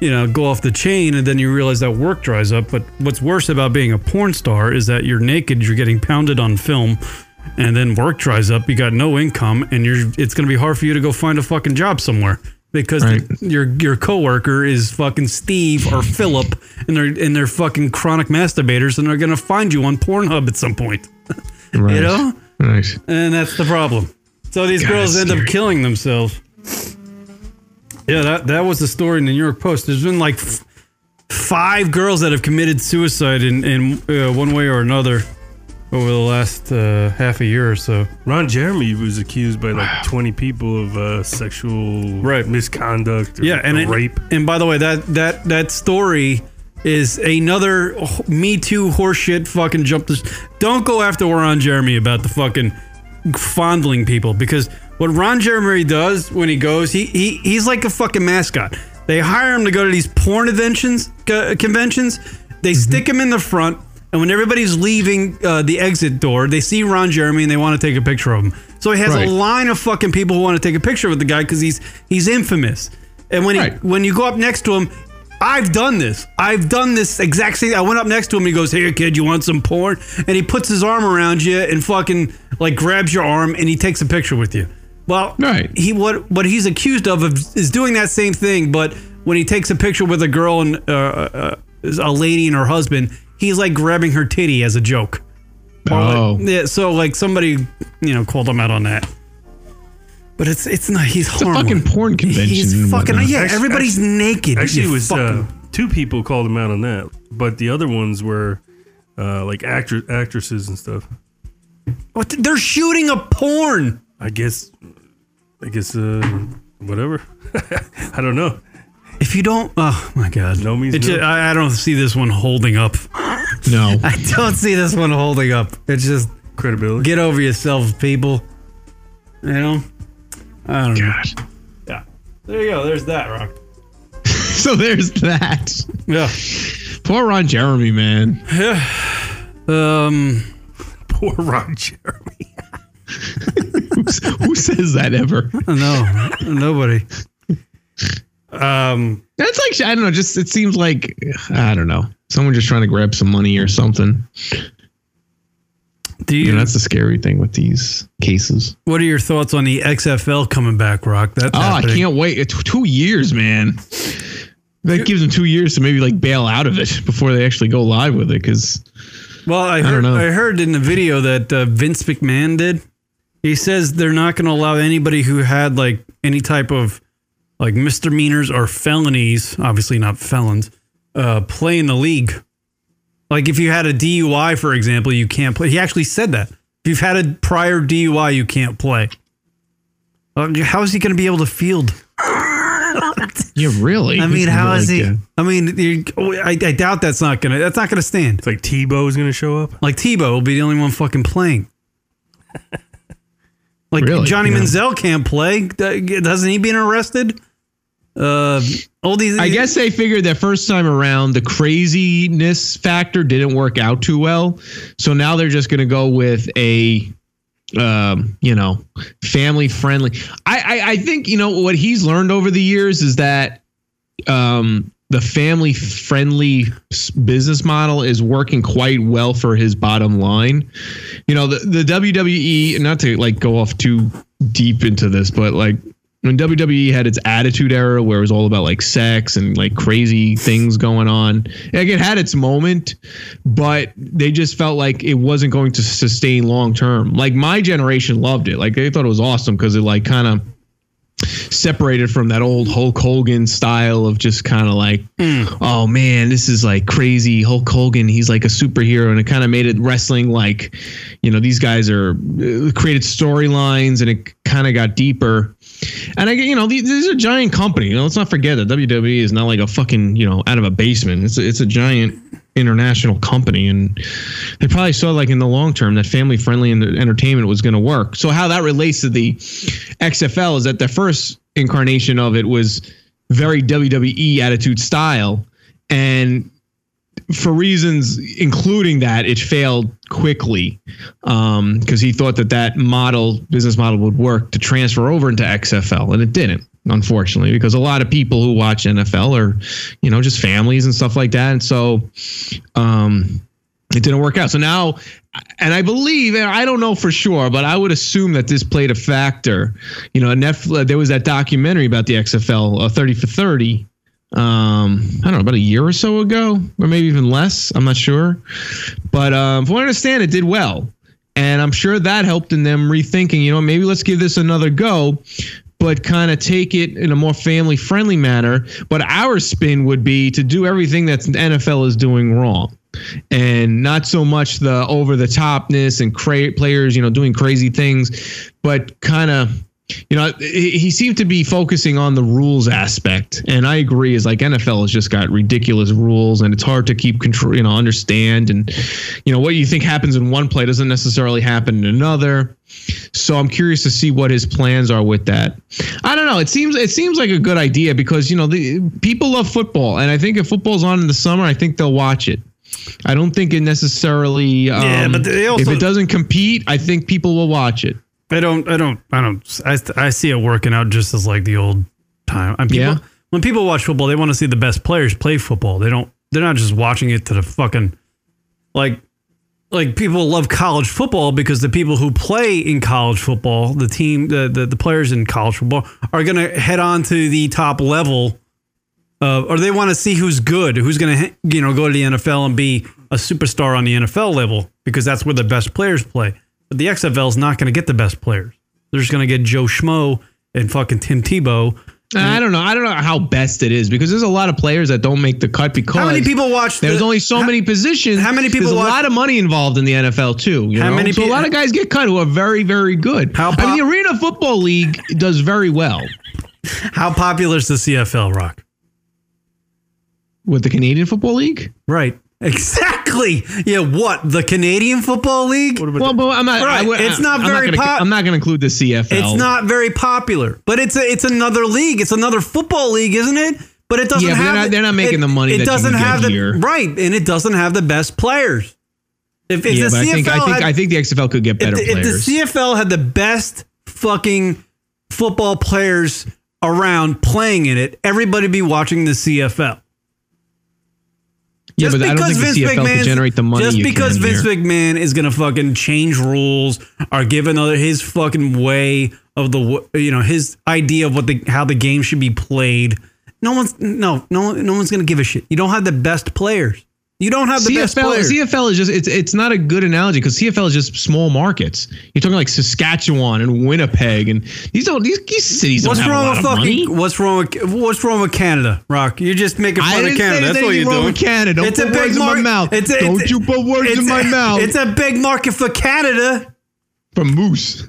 you know go off the chain and then you realize that work dries up but what's worse about being a porn star is that you're naked you're getting pounded on film and then work dries up you got no income and you're it's going to be hard for you to go find a fucking job somewhere because
Right.
the- your your coworker is fucking Steve or Philip and they're and they're fucking chronic masturbators and they're going to find you on Pornhub at some point
Right.
you know
Right.
and that's the problem So these
God,
girls
that's
end up
scary.
killing themselves. Yeah, that that was the story in the New York Post. There's been like f- five girls that have committed suicide in in uh, one way or another over the last uh, half a year or so.
Ron Jeremy was accused by like 20 people of uh, sexual
Right.
misconduct. Or,
Yeah, and
or
it-
rape.
And by the way, that that that story is another h- Me Too horseshit fucking jump. This don't go after Ron Jeremy about the fucking fondling people because what Ron Jeremy does when he goes, he he he's like a fucking mascot. They hire him to go to these porn conventions. co- Conventions, they stick him in the front. And when everybody's leaving uh, the exit door, they see Ron Jeremy and they want to take a picture of him. So he has
Right.
a line of fucking people who want to take a picture with the guy because he's he's infamous. And when
Right.
he, when you go up next to him, I've done this. I've done this exact same. I went up next to him. He goes, "Here, kid, you want some porn?" And he puts his arm around you and fucking like grabs your arm and he takes a picture with you. Well,
Right.
He what what he's accused of is is doing that same thing, but when he takes a picture with a girl and uh, uh, uh, a lady and her husband, he's like grabbing her titty as a joke.
Oh,
Yeah, so like somebody, you know, called him out on that. But it's it's not. He's
a
harmless.
fucking porn convention and
He's fucking
whatnot.
yeah.
Actu-
everybody's naked.
Actually, it
you
was
fucking-
uh, two people called him out on that, but the other ones were uh, like actor- actresses and stuff.
What the- they're shooting a porn.
I guess, I guess, uh, whatever. [LAUGHS] I don't know.
If you don't, oh my god,
No means
It ju-
no.
I, I don't see this one holding up.
no.
[LAUGHS] I don't see this one holding up. It's just
Credibility.
get over yourself, people. You know. I don't know.
God.
Yeah. There you go. There's that rock.
So there's that.
Yeah.
Poor Ron Jeremy, man.
Um.
Poor Ron Jeremy.
Who's- Who says that ever?
No. nobody. Um.
That's like I don't know. Just it seems like I don't know. Someone just trying to grab some money or something.
Do
You
you?
know, that's the scary thing with these cases.
what are your thoughts on the XFL coming back, Rock? That's
Oh, I
happening.
can't wait. It's two years, man. That gives them two years to maybe like bail out of it before they actually go live with it. Because
Well, I
don't
heard,
know.
I, heard in the video that uh, Vince McMahon did. He says they're not going to allow anybody who had like any type of like misdemeanors or felonies, obviously not felons, uh, play in the league. Like if you had a DUI, for example, you can't play. He actually said that. If you've had a prior DUI, you can't play. Uh, How is he going to be able to field?
yeah, really.
I mean, how is
Like,
he?
uh,
I mean, you- oh, I, I doubt that's not gonna. That's not gonna stand.
It's like Tebow is gonna show up.
Like Tebow will be the only one fucking playing. [LAUGHS] Like
Really?
Johnny
Yeah.
Manziel can't play. D- Doesn't he being arrested? Uh, all these.
I guess they figured that first time around the craziness factor didn't work out too well, so now they're just going to go with a, um, you know, family friendly. I, I I think you know what he's learned over the years is that, um, the family friendly business model is working quite well for his bottom line. You know the the WWE not to like go off too deep into this, but like when WWE had its attitude era where it was all about like sex and like crazy things going on. Like it had its moment, but they just felt like it wasn't going to sustain long term. Like my generation loved it. Like they thought it was awesome because it like kind of separated from that old Hulk Hogan style of just kind of like, oh man, this is like crazy. Hulk Hogan, he's like a superhero, and it kind of made it wrestling like, you know, these guys are uh, created storylines, and it kind of got deeper. And I get, you know, these, these are a giant company. You know, let's not forget that WWE is not like a fucking, you know, out of a basement. It's a, it's a giant international company and they probably saw like in the long term that family friendly and entertainment was going to work so how that relates to the xfl is that the first incarnation of it was very wwe attitude style and for reasons including that it failed quickly because Um, he thought that that model business model would work to transfer over into xfl and it didn't unfortunately because a lot of people who watch nfl are you know just families and stuff like that and so um, it didn't work out. So now, and I believe, and I don't know for sure, but I would assume that this played a factor. You know, Netflix, there was that documentary about the XFL, uh, 30 for 30. Um, I don't know, about a year or so ago, or maybe even less. I'm not sure. But um, from what I understand, it did well. And I'm sure that helped in them rethinking, you know, maybe let's give this another go, but kind of take it in a more family friendly manner. But our spin would be to do everything that the NFL is doing wrong and not so much the over the topness and cra- players, you know, doing crazy things, but kind of you know, he he seemed to be focusing on the rules aspect, and I agree. Is like NFL has just got ridiculous rules, and it's hard to keep control, you know, understand, and you know what you think happens in one play doesn't necessarily happen in another. So I'm curious to see what his plans are with that. I don't know. It seems it seems like a good idea because you know the people love football, and I think if football's on in the summer, I think they'll watch it. I don't think it necessarily. Um,
Yeah, but they
if
also-
it doesn't compete, I think people will watch it.
I don't, I don't, I don't, I, I see it working out just as like the old time. And people,
Yeah.
When people watch football, they want to see the best players play football. They don't, they're not just watching it to the fucking, like, like people love college football because the people who play in college football, the team, the, the, the players in college football are going to head on to the top level uh, or they want to see who's good, who's going to you know go to the NFL and be a superstar on the NFL level because that's where the best players play. But the XFL is not going to get the best players. They're just going to get Joe Schmo and fucking Tim Tebow.
I don't know. I don't know how best it is because there's a lot of players that don't make the cut because
How many people watch?
There's
the-
only so
how-
many positions.
how many people
There's
watch-
a lot of money involved in the NFL too. You
How
know?
many
So a
peo-
lot of guys get cut who are very, very good.
How
I
pop-
mean, the Arena Football League does very well
How popular is the CFL, Rock?
with the Canadian Football League.
Right. Exactly. Yeah. What the Canadian Football League?
Well, but I'm not.
Right,
would-
it's not
I'm
very
Not gonna,
pop-
I'm not going to include the CFL.
It's not very popular, but it's a, it's another league. It's another football league, isn't it? But it doesn't
Yeah, but
have
they're not-
the-
they're not making
it-
the money
It
that you
doesn't
can get
have the
here.
right, and it doesn't have the best players. If, if
Yeah,
the
but I
CFL
think I think
had,
I think the XFL could get
if,
better
the, if the
players.
CFL had the best fucking football players around playing in it, everybody would be watching the CFL.
yeah, but I don't think the CFL could
McMahon's-
generate the money.
Just
you
because
can
Vince
here.
McMahon is gonna fucking change rules or give another his fucking way of the w- you know his idea of what the how the game should be played. No one's no no no one's gonna give a shit. You don't have the best players. You don't have the best
CFL,
players.
CFL is just it's it's not a good analogy because CFL is just small markets. You're talking like Saskatchewan and Winnipeg, and these don't these, these cities
What's
don't have
wrong
a lot
with
of
fucking?
money.
What's wrong with What's wrong with Canada, Rock? You're just making
I
fun of
didn't say
Canada.
there's
That's what
anything
you're
wrong
doing.
with Canada. Don't put words in my
market-
mouth.
It's a-
Don't
it's a-
you put words in
it's
my
a-
mouth.
It's a big market for Canada.
From Moose,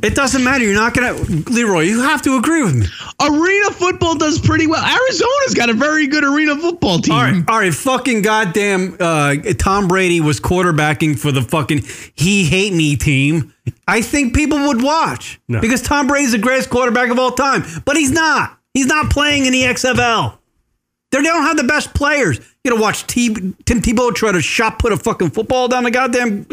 It doesn't matter. You're not gonna, Leroy. You have to agree
[CLEARS THROAT]
with me.
arena football does pretty well. Arizona's got a very good arena football team.
All right, all right. Fucking goddamn, uh, Tom Brady was quarterbacking for the fucking he hate me team. I think people would watch
No.
because Tom Brady's the greatest quarterback of all time, but he's not. He's not playing in the XFL. They don't have the best players. You gonna watch T- Tim Tebow try to shot put a fucking football down the goddamn?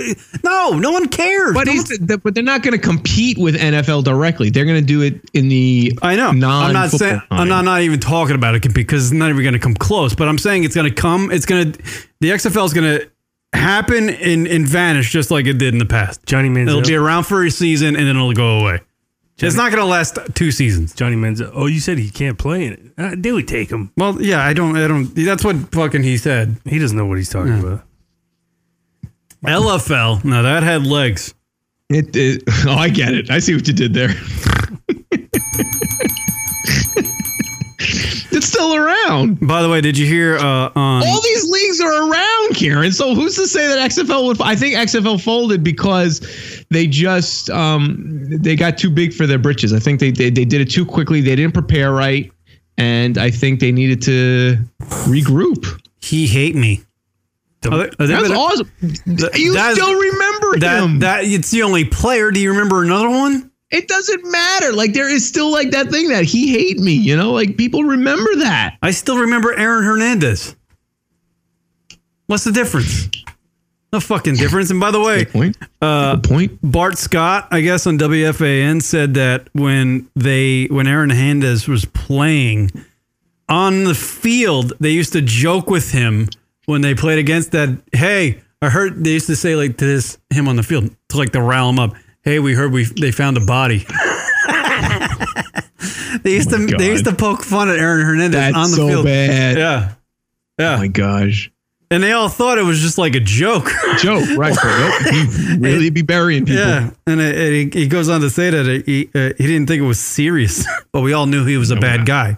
No, no one cares.
But
No
he's,
one-
th- but they're not going to compete with NFL directly. They're going to do it in the
I know.
Non
I'm not saying I'm not not even talking about it because it's not even going to come close. But I'm saying it's going to come. It's going to the XFL is going to happen and, and vanish just like it did in the past.
Johnny Manziel.
It'll be around for a season and then it'll go away. It's not going to last two seasons.
Johnny Manziel. Oh, you said he can't play in it. Uh, they would take him.
Well, yeah, I don't, I don't. That's what fucking he said.
He doesn't know what he's talking about.
LFL. Now that had legs.
It, it, [LAUGHS] oh, I get it. I see what you did there. [LAUGHS] it's still around.
By the way, did you hear? Uh, on
All these leagues are around, Karen. So who's to say that XFL would? I think XFL folded because they just um, they got too big for their britches. I think they, they they did it too quickly. They didn't prepare right, and I think they needed to regroup.
he hate me. Are they- are they
That's
gonna-
awesome. You
that's-
still remember
That
him?
that it's the only player. Do you remember another one?
it doesn't matter. Like there is still like that thing that he hate me. You know, like people remember that.
I still remember Aaron Hernandez. What's the difference? No fucking difference. And by the way,
Good point. Uh, Good point.
Bart Scott, I guess on WFAN said that when they when Aaron Hernandez was playing on the field, they used to joke with him when they played against that. Hey, I heard they used to say like to this him on the field to like to rile him up. Hey, we heard we they found a body. they used to
God.
they used to poke fun at Aaron Hernandez [LAUGHS]
That's
on the
so
field.
bad.
Yeah.
Oh my gosh.
and they all thought it was just like a joke. [LAUGHS]
joke, right? But nope, he really be burying people.
yeah, and it, it, he goes on to say that it, he uh, he didn't think it was serious, [LAUGHS] but we all knew he was a bad guy.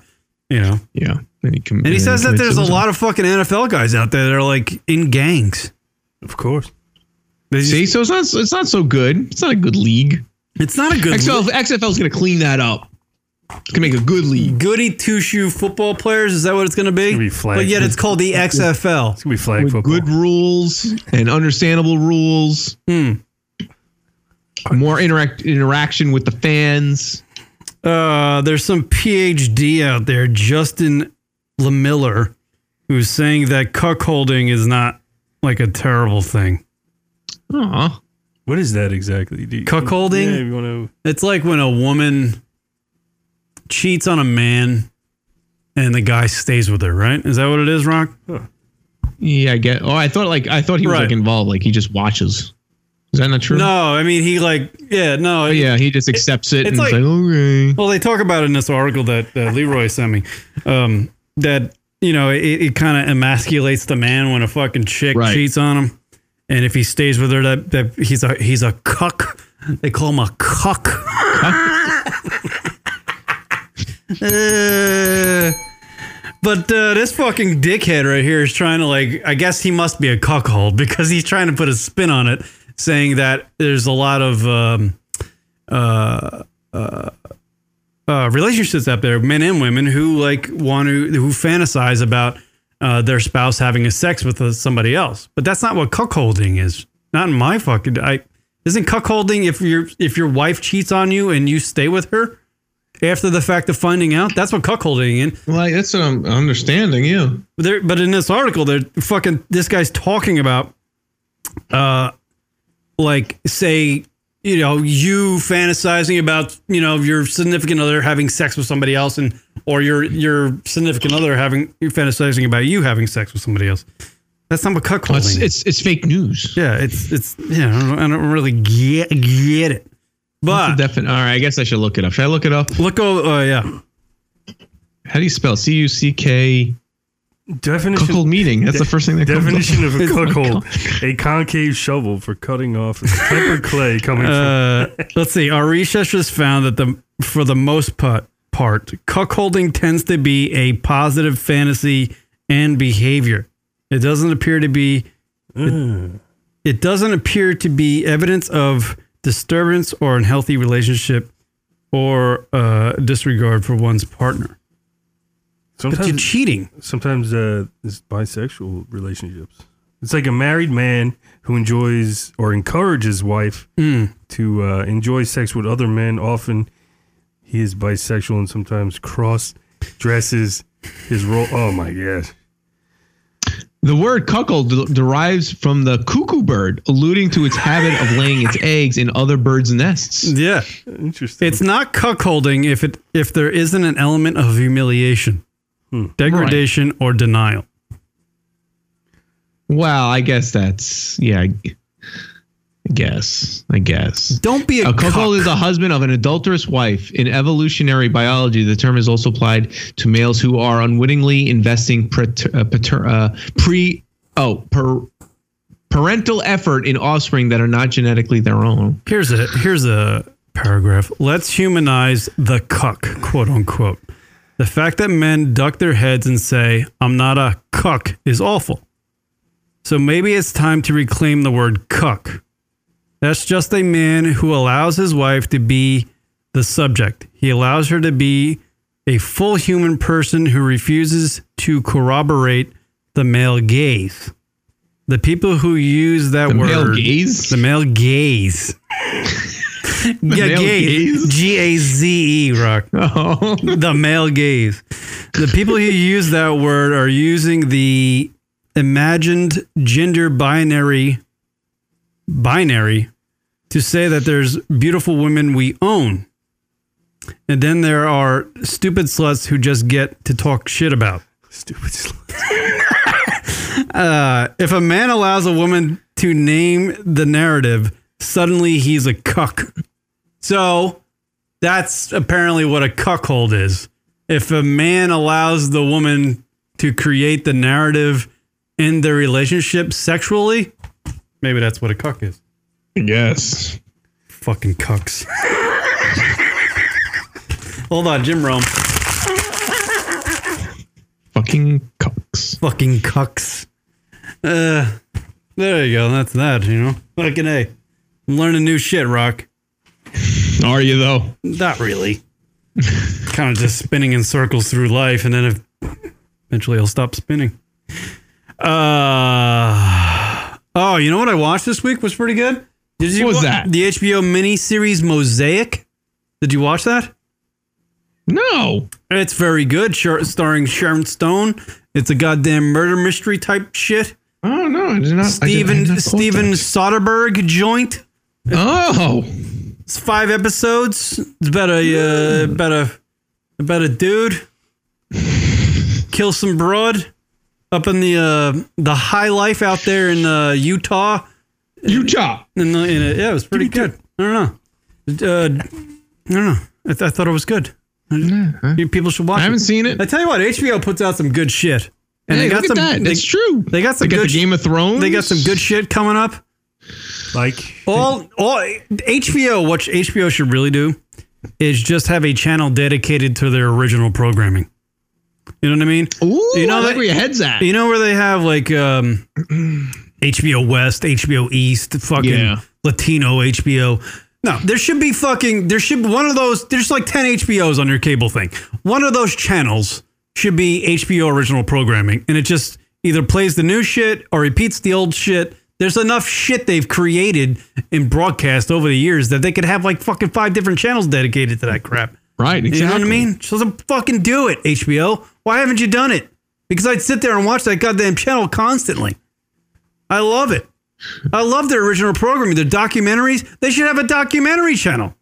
You know,
Yeah. And he, com-
and he says that
commits
there's a
suicide.
lot of fucking NFL guys out there that are like in gangs.
Of course.
They just-
See, so it's not it's not so good. It's not a good league.
it's not a good
XFL XFL's gonna clean that up. It's gonna make a good league.
goody two shoe football players. Is that what it's going to be?
gonna be flag.
But yet it's called the XFL.
It's gonna be flag
With
football.
good rules and understandable rules.
Hmm.
More interact interaction with the fans.
Uh, there's some PhD out there, Justin Lemiller, who's saying that cuckolding is not like a terrible thing.
Aw.
What is that exactly? Do you-
Cuckolding?
Yeah, you want to?
It's like when a woman cheats on a man and the guy stays with her, right? Is that what it is, Rock?
Yeah, I get. Oh, I thought like I thought he was
Right.
like involved. Like he just watches. Is that not true?
No, I mean, he like, yeah, no.
But yeah, he just accepts it.
it's
and it's
like-
like, okay.
Well, they talk about in this article that uh, Leroy sent me um, that you know it, it kind of emasculates the man when a fucking chick
Right.
cheats on him, and if he stays with her, that, that he's a he's a cuck. They call him a cuck. [LAUGHS] Uh, but uh, this fucking dickhead right here is trying to like. I guess he must be a cuckold because he's trying to put a spin on it, saying that there's a lot of. Um, uh, relationships out there, men and women who like want to who fantasize about uh, their spouse having a sex with uh, somebody else. But that's not what cuckolding is. Not in my fucking. I isn't cuckolding if your if your wife cheats on you and you stay with her after the fact of finding out. That's what cuckolding in.
Like that's what I'm understanding. Yeah.
But there, but in this article, they're fucking. This guy's talking about, uh, like say, you know, you fantasizing about you know your significant other having sex with somebody else, and or your your significant other having you fantasizing about you having sex with somebody else. That's not what cuckolding.
It's,
is.
it's it's fake news.
yeah, it's it's yeah. I don't, I don't really get get it.
It's a
But
definite. All right, I guess I should look it up. Should I look it up?
look over. Uh, yeah,
How do you spell C U C K?
Definition.
Cuckold meeting. That's the first thing that comes [LAUGHS]
Definition of a cuckold: a concave shovel for cutting off a strip of clay coming
Uh, let's see. Our research has found that the for the most part, part cuckolding tends to be a positive fantasy and behavior. It doesn't appear to be. Hmm. It, it doesn't appear to be evidence of disturbance or unhealthy relationship or uh, disregard for one's partner.
from.
But you're
Sometimes,
cheating.
sometimes uh, it's bisexual relationships. It's like a married man who enjoys or encourages wife to uh, enjoy sex with other men. Often, he is bisexual and sometimes cross dresses his role. Oh my god!
The word cuckold de- derives from the cuckoo bird, alluding to its habit of laying its eggs in other birds' nests.
Yeah,
Interesting.
it's not cuckolding if it if there isn't an element of humiliation, Hmm. degradation, or denial.
Well, I guess that's yeah. I g- I guess. I guess.
Don't be a,
A cuckold
cuck.
is a husband of an adulterous wife. In evolutionary biology, the term is also applied to males who are unwittingly investing pater, uh, pater, uh, pre oh per, parental effort in offspring that are not genetically their own.
Here's a here's a paragraph. Let's humanize the cuck, quote unquote. The fact that men duck their heads and say, "I'm not a cuck," is awful. So maybe it's time to reclaim the word cuck. That's just a man who allows his wife to be the subject. He allows her to be a full human person who refuses to corroborate the male gaze. The people who use that
The
word
male gaze?
the male gaze. yeah,
male
gaze.
gaze?
G A Z E, Rock.
[LAUGHS] Oh,
the male gaze. The people who use that word are using the imagined gender binary binary to say that there's beautiful women we own. And then there are stupid sluts who just get to talk shit about.
Stupid. slut.
[LAUGHS] Uh, If a man allows a woman to name the narrative, suddenly he's a cuck. So that's apparently what a cuckold is. If a man allows the woman to create the narrative in their relationship sexually, maybe that's what a cuck is.
Yes.
Fucking cucks. [LAUGHS] Hold on, Jim Rome.
Fucking cucks.
Fucking cucks. Uh, there you go. That's that. You know, fucking a. I'm learning new shit, Rock.
Are you though?
Not
[LAUGHS]
really. kind of just spinning in circles through life, and then if- eventually I'll stop spinning. Uh, oh, you know what I watched this week was pretty good. Did you
What was
wa-
that?
The HBO miniseries Mosaic. Did you watch that?
No.
It's very good, Shar- starring Sharon Stone. It's a goddamn murder mystery type shit.
Oh no, I did not. I did- I
Steven
did not vote
Steven uh,
that.
Soderbergh joint.
Oh,
It's five episodes. It's about a uh, about a about a dude
[LAUGHS]
kill some broad up in the uh, the high life out there in uh, Utah.
Utah.
And uh, in a, yeah, it was pretty good. I don't know. Uh, I don't know. I, th- I thought it was good. You People should watch.
I haven't
it.
seen it.
I tell you what, HBO puts out some good shit. And
hey,
they got
look
some.
at that.
They,
It's true.
they got some
They got
good
the Game of Thrones.
they got some good shit coming up.
Like
all all HBO what HBO should really do is just have a channel dedicated to their original programming. You know what I mean?
Ooh,
You
you
know
know I like
that-
where your head's at.
You know where they have like um HBO West, HBO East, fucking
Yeah.
Latino HBO. No, there should be fucking there should be one of those there's like 10 HBOs on your cable thing. One of those channels should be HBO original programming and it just either plays the new shit or repeats the old shit. There's enough shit they've created and broadcast over the years that they could have like fucking five different channels dedicated to that crap.
right? Exactly.
You know what I mean? Just let them fucking do it, HBO. Why haven't you done it? Because I'd sit there and watch that goddamn channel constantly. I love it. I love their original programming, their documentaries. They should have a documentary channel.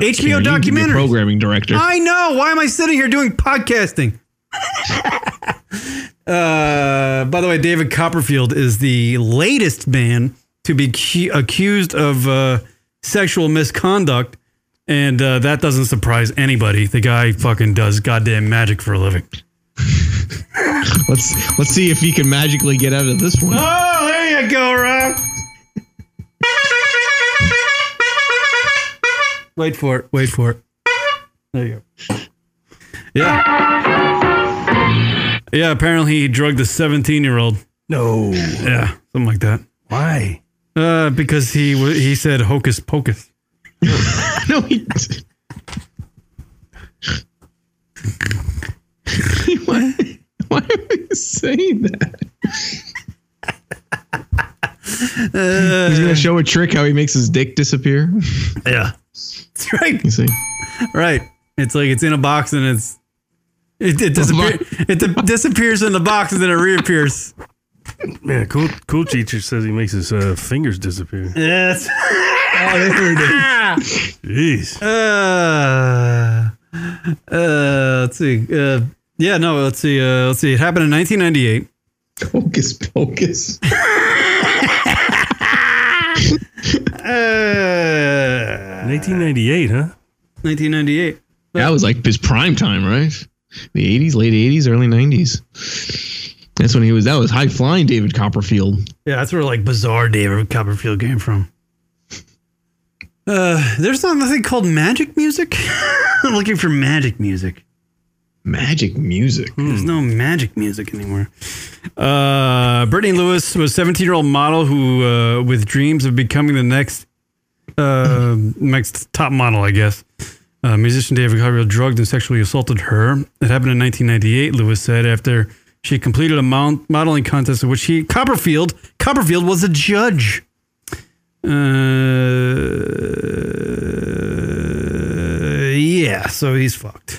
You
HBO
need to be a
documentaries.
Programming director.
I know. Why am I sitting here doing podcasting? [LAUGHS] uh, by the way, David Copperfield is the latest man to be cu- accused of uh, sexual misconduct, and uh, that doesn't surprise anybody. The guy fucking does goddamn magic for a living.
Let's let's see if he can magically get out of this one. [LAUGHS]
Oh, there you go, Rob. Wait for it. Wait for it. There you go. Yeah. Yeah, apparently he drugged a 17 year old.
no,
Yeah, something like that.
why?
Uh, because he w- he said hocus pocus.
No, he. [LAUGHS] why, why are we saying that? He's gonna show a trick how he makes his dick disappear.
Uh,
[LAUGHS]
Yeah. That's right.
You see,
Right. It's like it's in a box and it's. It, [LAUGHS] it, disappear, it di- disappears in the box and then it reappears.
Man, cool cool teacher says he makes his uh, fingers disappear.
Yes.
Jeez.
uh, uh, let's see. Uh, yeah, no, let's see. Uh, let's see. It happened in 1998.
hocus pocus.
Uh,
1998, huh?
1998.
That was like his prime time, right? The '80s, late '80s, early '90s. That's when he was. That was high flying, David Copperfield.
Yeah, that's where like bizarre David Copperfield came from. Uh, there's not nothing called magic music. [LAUGHS] I'm looking for magic music.
Magic music.
There's no magic music anymore. Uh, Brittany Lewis was a 17 year old model who, uh, with dreams of becoming the next, uh, next top model, I guess. Uh, musician David Copperfield drugged and sexually assaulted her. It happened in 1998. Lewis said after she completed a mount- modeling contest in which he Copperfield Copperfield was a judge. Uh, yeah, so he's fucked.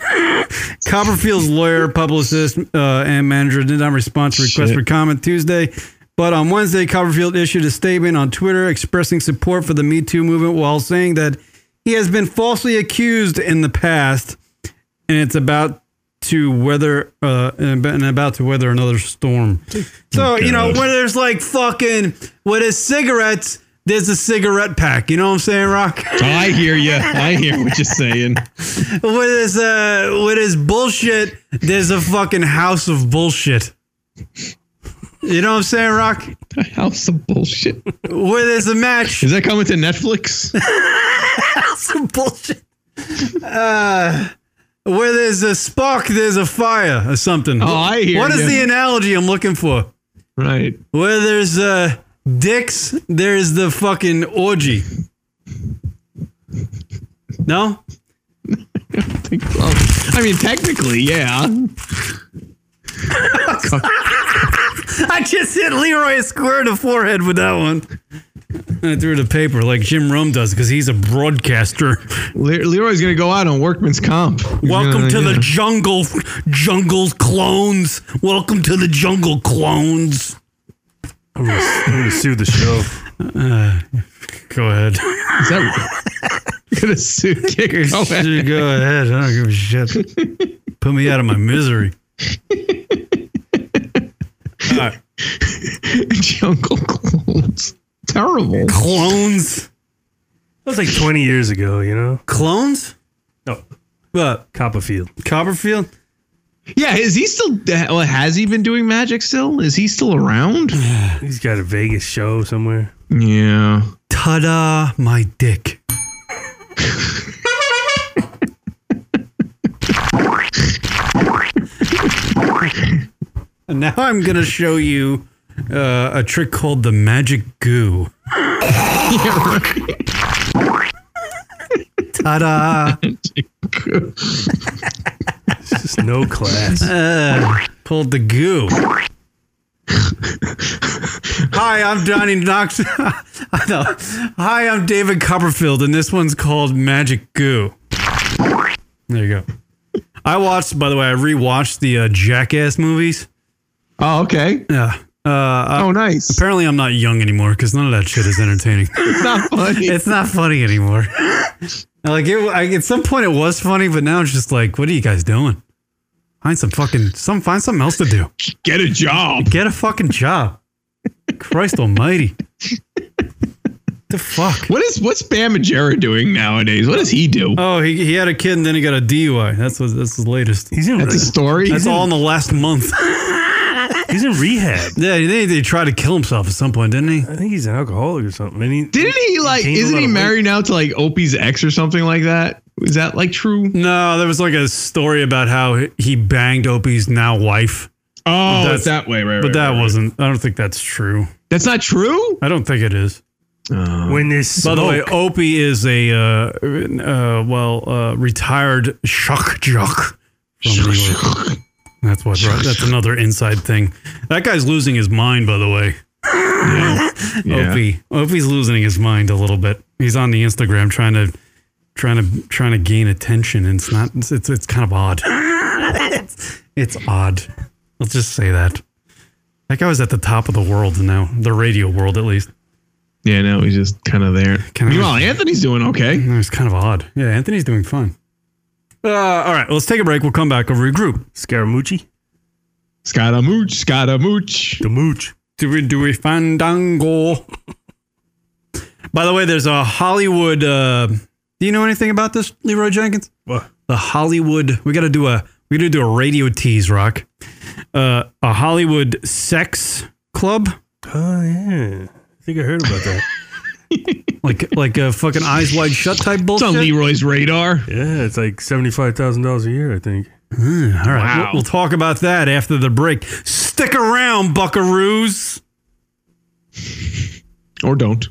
Copperfield's lawyer, publicist, uh, and manager did not respond to requests for comment Tuesday. But on Wednesday, Copperfield issued a statement on Twitter expressing support for the Me Too movement while saying that he has been falsely accused in the past, and it's about to weather uh, and and about to weather another storm. So you know when there's like fucking when there's cigarettes, there's a cigarette pack. You know what I'm saying, Rock?
[LAUGHS] I hear you. I hear what you're saying.
What is uh what is bullshit? There's a fucking house of bullshit. You know what I'm saying, Rock?
House of bullshit.
Where there's a match,
[LAUGHS] Is that coming to Netflix?
some bullshit. Uh, where there's a spark, there's a fire or something.
Oh, I hear
What is
ya.
the analogy I'm looking for?
right.
Where there's uh, dicks, there's the fucking orgy. No?
Oh, I mean, technically, yeah.
[LAUGHS] I just hit Leroy square in the forehead with that one. I threw the paper like Jim Rome does because he's a broadcaster.
Le- Leroy's gonna go out on workman's comp.
Welcome
Yeah,
to the [LAUGHS]
yeah.
jungle, jungles clones. Welcome to the jungle clones.
I'm gonna, I'm gonna sue the show.
Go ahead.
Is that gonna suit kicker?
[LAUGHS] Go
[LAUGHS] Cohen?
ahead. [LAUGHS] I don't give a shit. Put me out of my misery. All right.
Jungle clones. Terrible.
Clones.
That was like 20 years ago, you know?
Clones?
No,
What?
Copperfield.
Copperfield?
Yeah, is he still? Well, has he been doing magic still? Is he still around?
He's got a Vegas show somewhere.
Yeah.
Ta da, my dick. and now I'm going to show you uh, a trick called the magic goo. Ta da.
[LAUGHS]
Just no class.
Pulled the goo. Hi, I'm Donnie Knox. [LAUGHS] no. Hi, I'm David Copperfield, and this one's called Magic Goo. There you go. I watched, by the way, I rewatched the uh, Jackass movies.
[LAUGHS] Oh, okay.
Yeah. Uh,
Oh, nice.
apparently, I'm not young anymore because none of that shit is entertaining.
It's not funny.
it's not funny anymore. [LAUGHS] like it, I, at some point, it was funny, but now it's just like, what are you guys doing? Find some fucking some find something else to do.
Get a job.
Get a fucking job. Christ almighty. the fuck?
What is what's Bam Majera doing nowadays? What does he do?
Oh, he, he had a kid and then he got a DUI. That's what that's his latest.
He's in,
That's a story.
That's all in the last month.
he's in rehab.
yeah, they, they tried to kill himself at some point, didn't he?
I think he's an alcoholic or something. And
[LAUGHS]
he,
Didn't he like?
gained a
Isn't
lot
he
of weight.
married now to like Opie's ex or something like that? Is that like true?
No, there was like a story about how he banged Opie's now wife,
Oh,
that's-
that's that way, right?
but
right,
that
right.
wasn't. I don't think that's true.
that's not true.
I don't think it is.
When this
By the way,
smoke-
Opie is a uh, uh, well uh, retired shock jock. from New York. That's what. Right? That's another inside thing. That guy's losing his mind. By the way, Opie Opie's losing his mind a little bit. He's on the Instagram trying to trying to trying to gain attention, and it's not. It's it's, it's kind of odd. it's, it's odd. Let's just say that. That guy was at the top of the world now, the radio world at least.
Yeah, no, he's just kind of there.
Can I-
Meanwhile, Anthony's doing okay.
No, It's kind of odd. Yeah, Anthony's doing fine. Uh, all right, let's take a break. We'll come back. We'll regroup.
Scaramucci,
Scotta mooch, scotta mooch.
the mooch.
Do we do we fandango? By the way, there's a Hollywood. Uh, do you know anything about this, Leroy Jenkins?
What?
The Hollywood. We got to do a. We got to do a radio tease, Rock. Uh, a Hollywood sex club,
Oh yeah, I think I heard about that.
like like a fucking eyes wide shut type
It's
bullshit.
on Leroy's radar.
yeah, it's like seventy-five thousand dollars a year, I think.
All right,
Wow.
we'll, we'll talk about that after the break. Stick around, Buckaroos.
Or don't.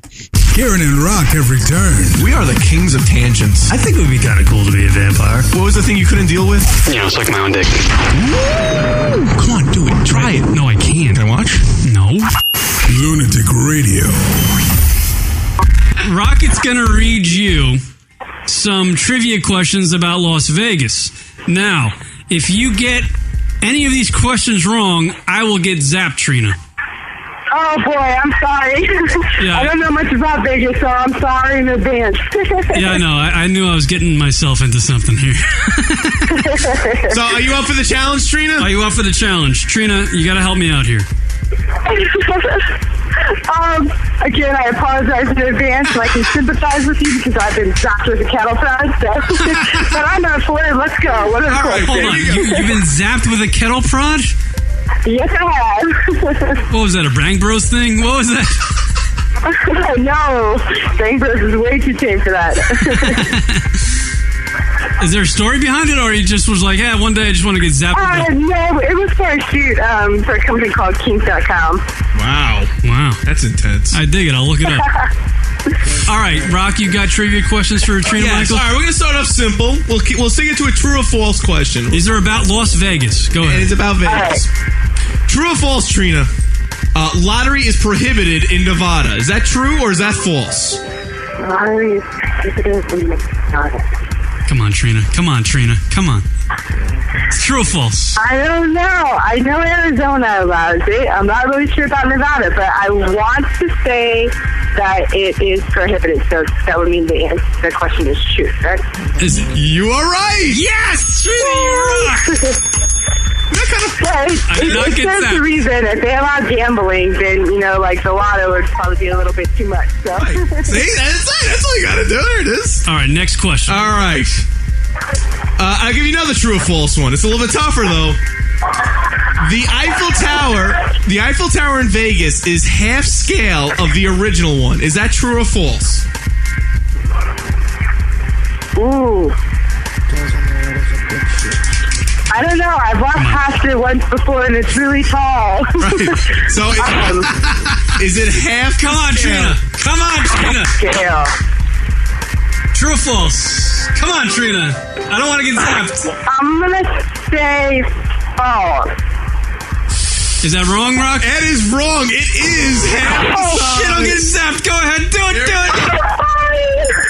Kieran and Rock have returned.
We are the kings of tangents. I think it would be kind of cool to be a vampire. What was the thing you couldn't deal with? You know, suck my own dick. Come on, do it. Try it. No, I can't. Can I watch? No.
Lunatic Radio.
Rocket's going to read you some trivia questions about Las Vegas. Now, if you get any of these questions wrong, I will get zapped, Trina.
Oh boy, I'm sorry.
Yeah.
[LAUGHS] I don't know much about Vegas, so I'm sorry in advance.
Yeah, I know. I, I knew I was getting myself into something here. [LAUGHS]
So, are you up for the challenge, Trina?
Are you up for the challenge? Trina, you got to help me out here.
[LAUGHS] um, again, I apologize in advance, and I can sympathize with you because I've been zapped with a cattle prod. So.
[LAUGHS]
but I'm not for it. Let's go. What is
right.
it?
Hold on. You, you've been zapped with a kettle prod?
Yes, I have.
What was that? A Brang Bros thing? What was that?
[LAUGHS] no, Bang Bros is way too tame
[LAUGHS]
for that.
Is there a story behind it, or he just was like, "Yeah, one day I just want to get zapped"?
uh, no, it was for a shoot um, for a company called Kink.com.
Wow, wow, that's intense. I dig it. I'll look it up. All right, Rock, you got trivia questions for Trina
Yes.
Michael?
All right, we're gonna start off simple. We'll keep, we'll sing it to a true or false question.
These are about Las Vegas. Go ahead.
And it's about Vegas. True or false, Trina? Uh, lottery is prohibited in Nevada. Is that true or is that false?
Lottery is prohibited in Nevada.
Come on, Trina. Come on, Trina. Come on. It's true or false?
I don't know. I know Arizona allows it. I'm not really sure about Nevada, but I want to say that it is prohibited. So that would mean the answer, the question is true, right?
Is
you are right. Yes,
Trina, you rock.
I
did not
it
get
stands
that.
to reason if they allow gambling, then you know, like the lotto would probably be a little bit too much. So
See, that's it. That's all you gotta do. There it is.
All right, next question.
All right. Uh, I'll give you another true or false one. It's a little bit tougher though. The Eiffel Tower, the Eiffel Tower in Vegas is half scale of the original one. Is that true or false?
Ooh. I don't know. I've walked past it once before, and it's really tall. [LAUGHS]
Right. So
[LAUGHS]
is, is it half?
Come on, Trina. Come on, Trina. True or false? Come on, Trina. I don't want to get zapped.
I'm gonna say false.
Is that wrong, Rock?
That is wrong. It is half.
Oh, shit, I'm getting
zapped. Go ahead. Do it. Do it.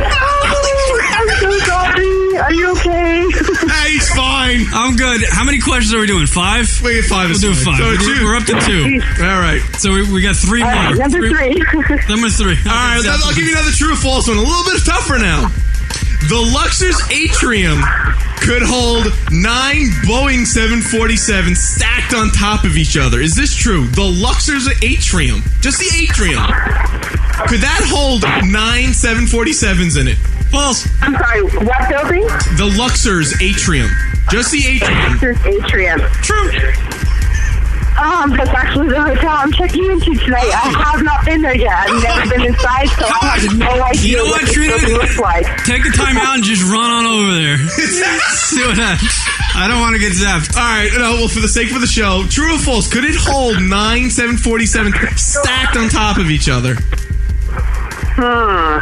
I'm so sorry. Are you okay?
Hey, he's fine.
I'm good. How many questions are we doing? Five?
We get five.
We'll
is
do
fine.
five.
So
we're,
two.
we're up to two.
All right.
So we, we got three
All right,
more.
number three.
Number three. All
All right, I'll give you another true or false one. A little bit tougher now. The Luxor's atrium could hold nine Boeing 747s stacked on top of each other. Is this true? The Luxor's atrium, just the atrium, could that hold nine 747s in it?
False.
[LAUGHS] I'm sorry. What building?
The Luxor's atrium, just the atrium.
There's atrium.
True.
Um, that's actually the hotel I'm checking into tonight. I have not been there yet. I've never been inside, so I have no idea
You know
what
what,
this
Trina?
building looks like.
Take the time out and just run on over there. See what happens. I don't want to get zapped.
All right, no, well, for the sake of the show, true or false, could it hold nine 747s stacked on top of each other?
Hmm.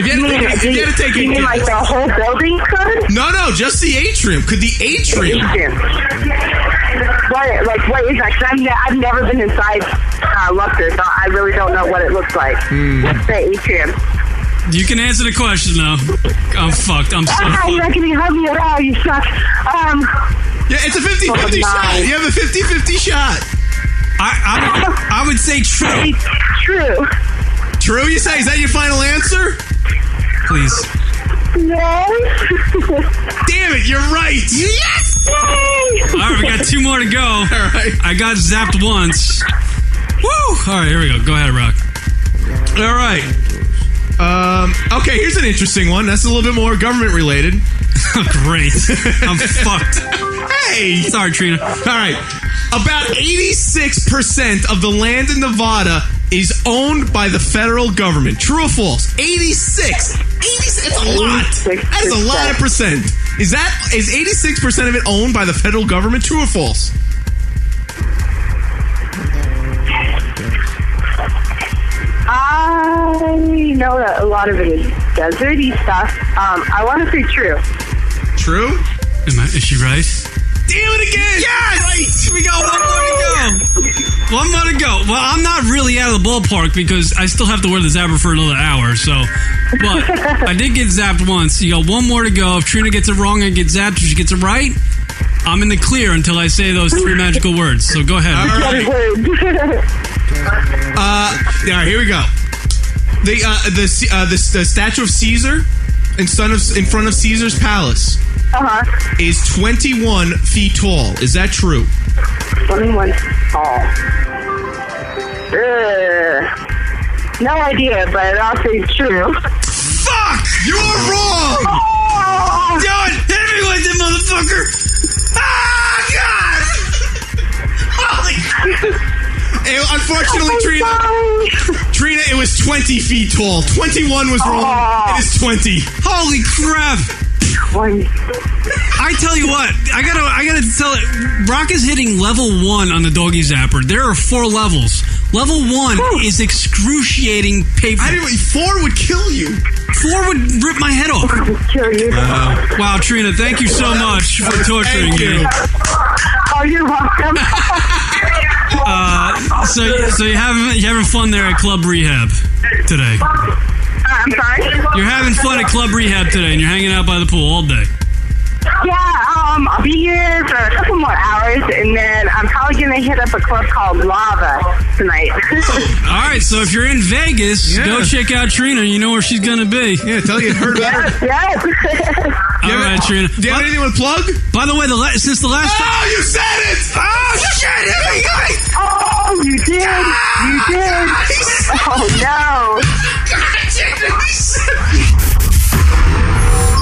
If you had to, if you had to take
Do you mean like
it.
the whole building could?
No, no, just the atrium. Could the atrium?
Atrium. What, like, what is that? i I'm ne- I've never been inside uh, Luxor, so I really don't know what it looks like. What's the atrium?
Hmm. You can answer the question now. I'm fucked.
[LAUGHS]
I'm so
Ah, you're
fucked.
not going to help me at all. You suck. Um,
Yeah, it's a 50 50
Oh,
shot.
nice.
You have a 50 50 shot.
I, I, would, I would say true.
it's true.
True, you say? Is that your final answer?
Please.
No.
Damn it, you're right. Yes!
All right, we got two more to
[LAUGHS]
go.
All right.
I got zapped once. Woo! All right, here we go. Go ahead, Rock.
All right. Um, okay, here's an interesting one. That's a little bit more government related.
[LAUGHS] Great. I'm fucked.
Hey!
Sorry, Trina.
All right. About 86% of the land in Nevada is owned by the federal government. True or false? 86. 86 That's a lot. That is a lot of percent. Is that is 86% of it owned by the federal government? True or false?
[LAUGHS] I know that a lot of it is deserty stuff. Um, I want to say true. [LAUGHS]
True? Damn
Am I, is she right?
it again!
Yes! We got one more to go. One more to go. Well, I'm not really out of the ballpark because I still have to wear the zapper for another hour. So, but I did get zapped once. You got one more to go. If Trina gets it wrong and gets zapped, if she gets it right, I'm in the clear until I say those three magical words. So go ahead.
All right.
Word.
Uh, all right, here we go. The uh, the C- uh, the, the statue of Caesar in front of in front of Caesar's palace
uh-huh.
is 21 feet tall. Is that true?
21 tall. Ugh. No idea, but I'll say true.
Fuck! You're wrong.
Do
it! Hit me with it, motherfucker!
Ah, God!
Holy [LAUGHS] It- unfortunately, Trina, Trina, it was 20 feet tall. 21 was wrong. It is 20.
Holy crap! I tell you what, I gotta, I gotta tell it. Rock is hitting level one on the doggy zapper. There are four levels. Level one is excruciating paper. I
didn't. Four would kill you.
Four would rip my head off. [LAUGHS]
Wow.
Wow, Trina, thank you so much for torturing me.
Oh, you're welcome. [LAUGHS]
Uh, so, so you having you having fun there at Club Rehab today?
I'm sorry.
You're having fun at Club Rehab today, and you're hanging out by the pool all day.
Yeah, um, I'll be here for a couple more hours, and then I'm probably gonna hit up a club called Lava tonight. [LAUGHS]
All right, so if you're in Vegas, go check out Trina. You know where she's gonna be.
Yeah, tell you heard
about her. Yes. [LAUGHS]
All right, Trina. Do you have
anything with plug?
By the way, the la- since the last time.
Oh, you said it! Oh, shit! Here we go!
Oh, you did! You did! Oh no!
[LAUGHS]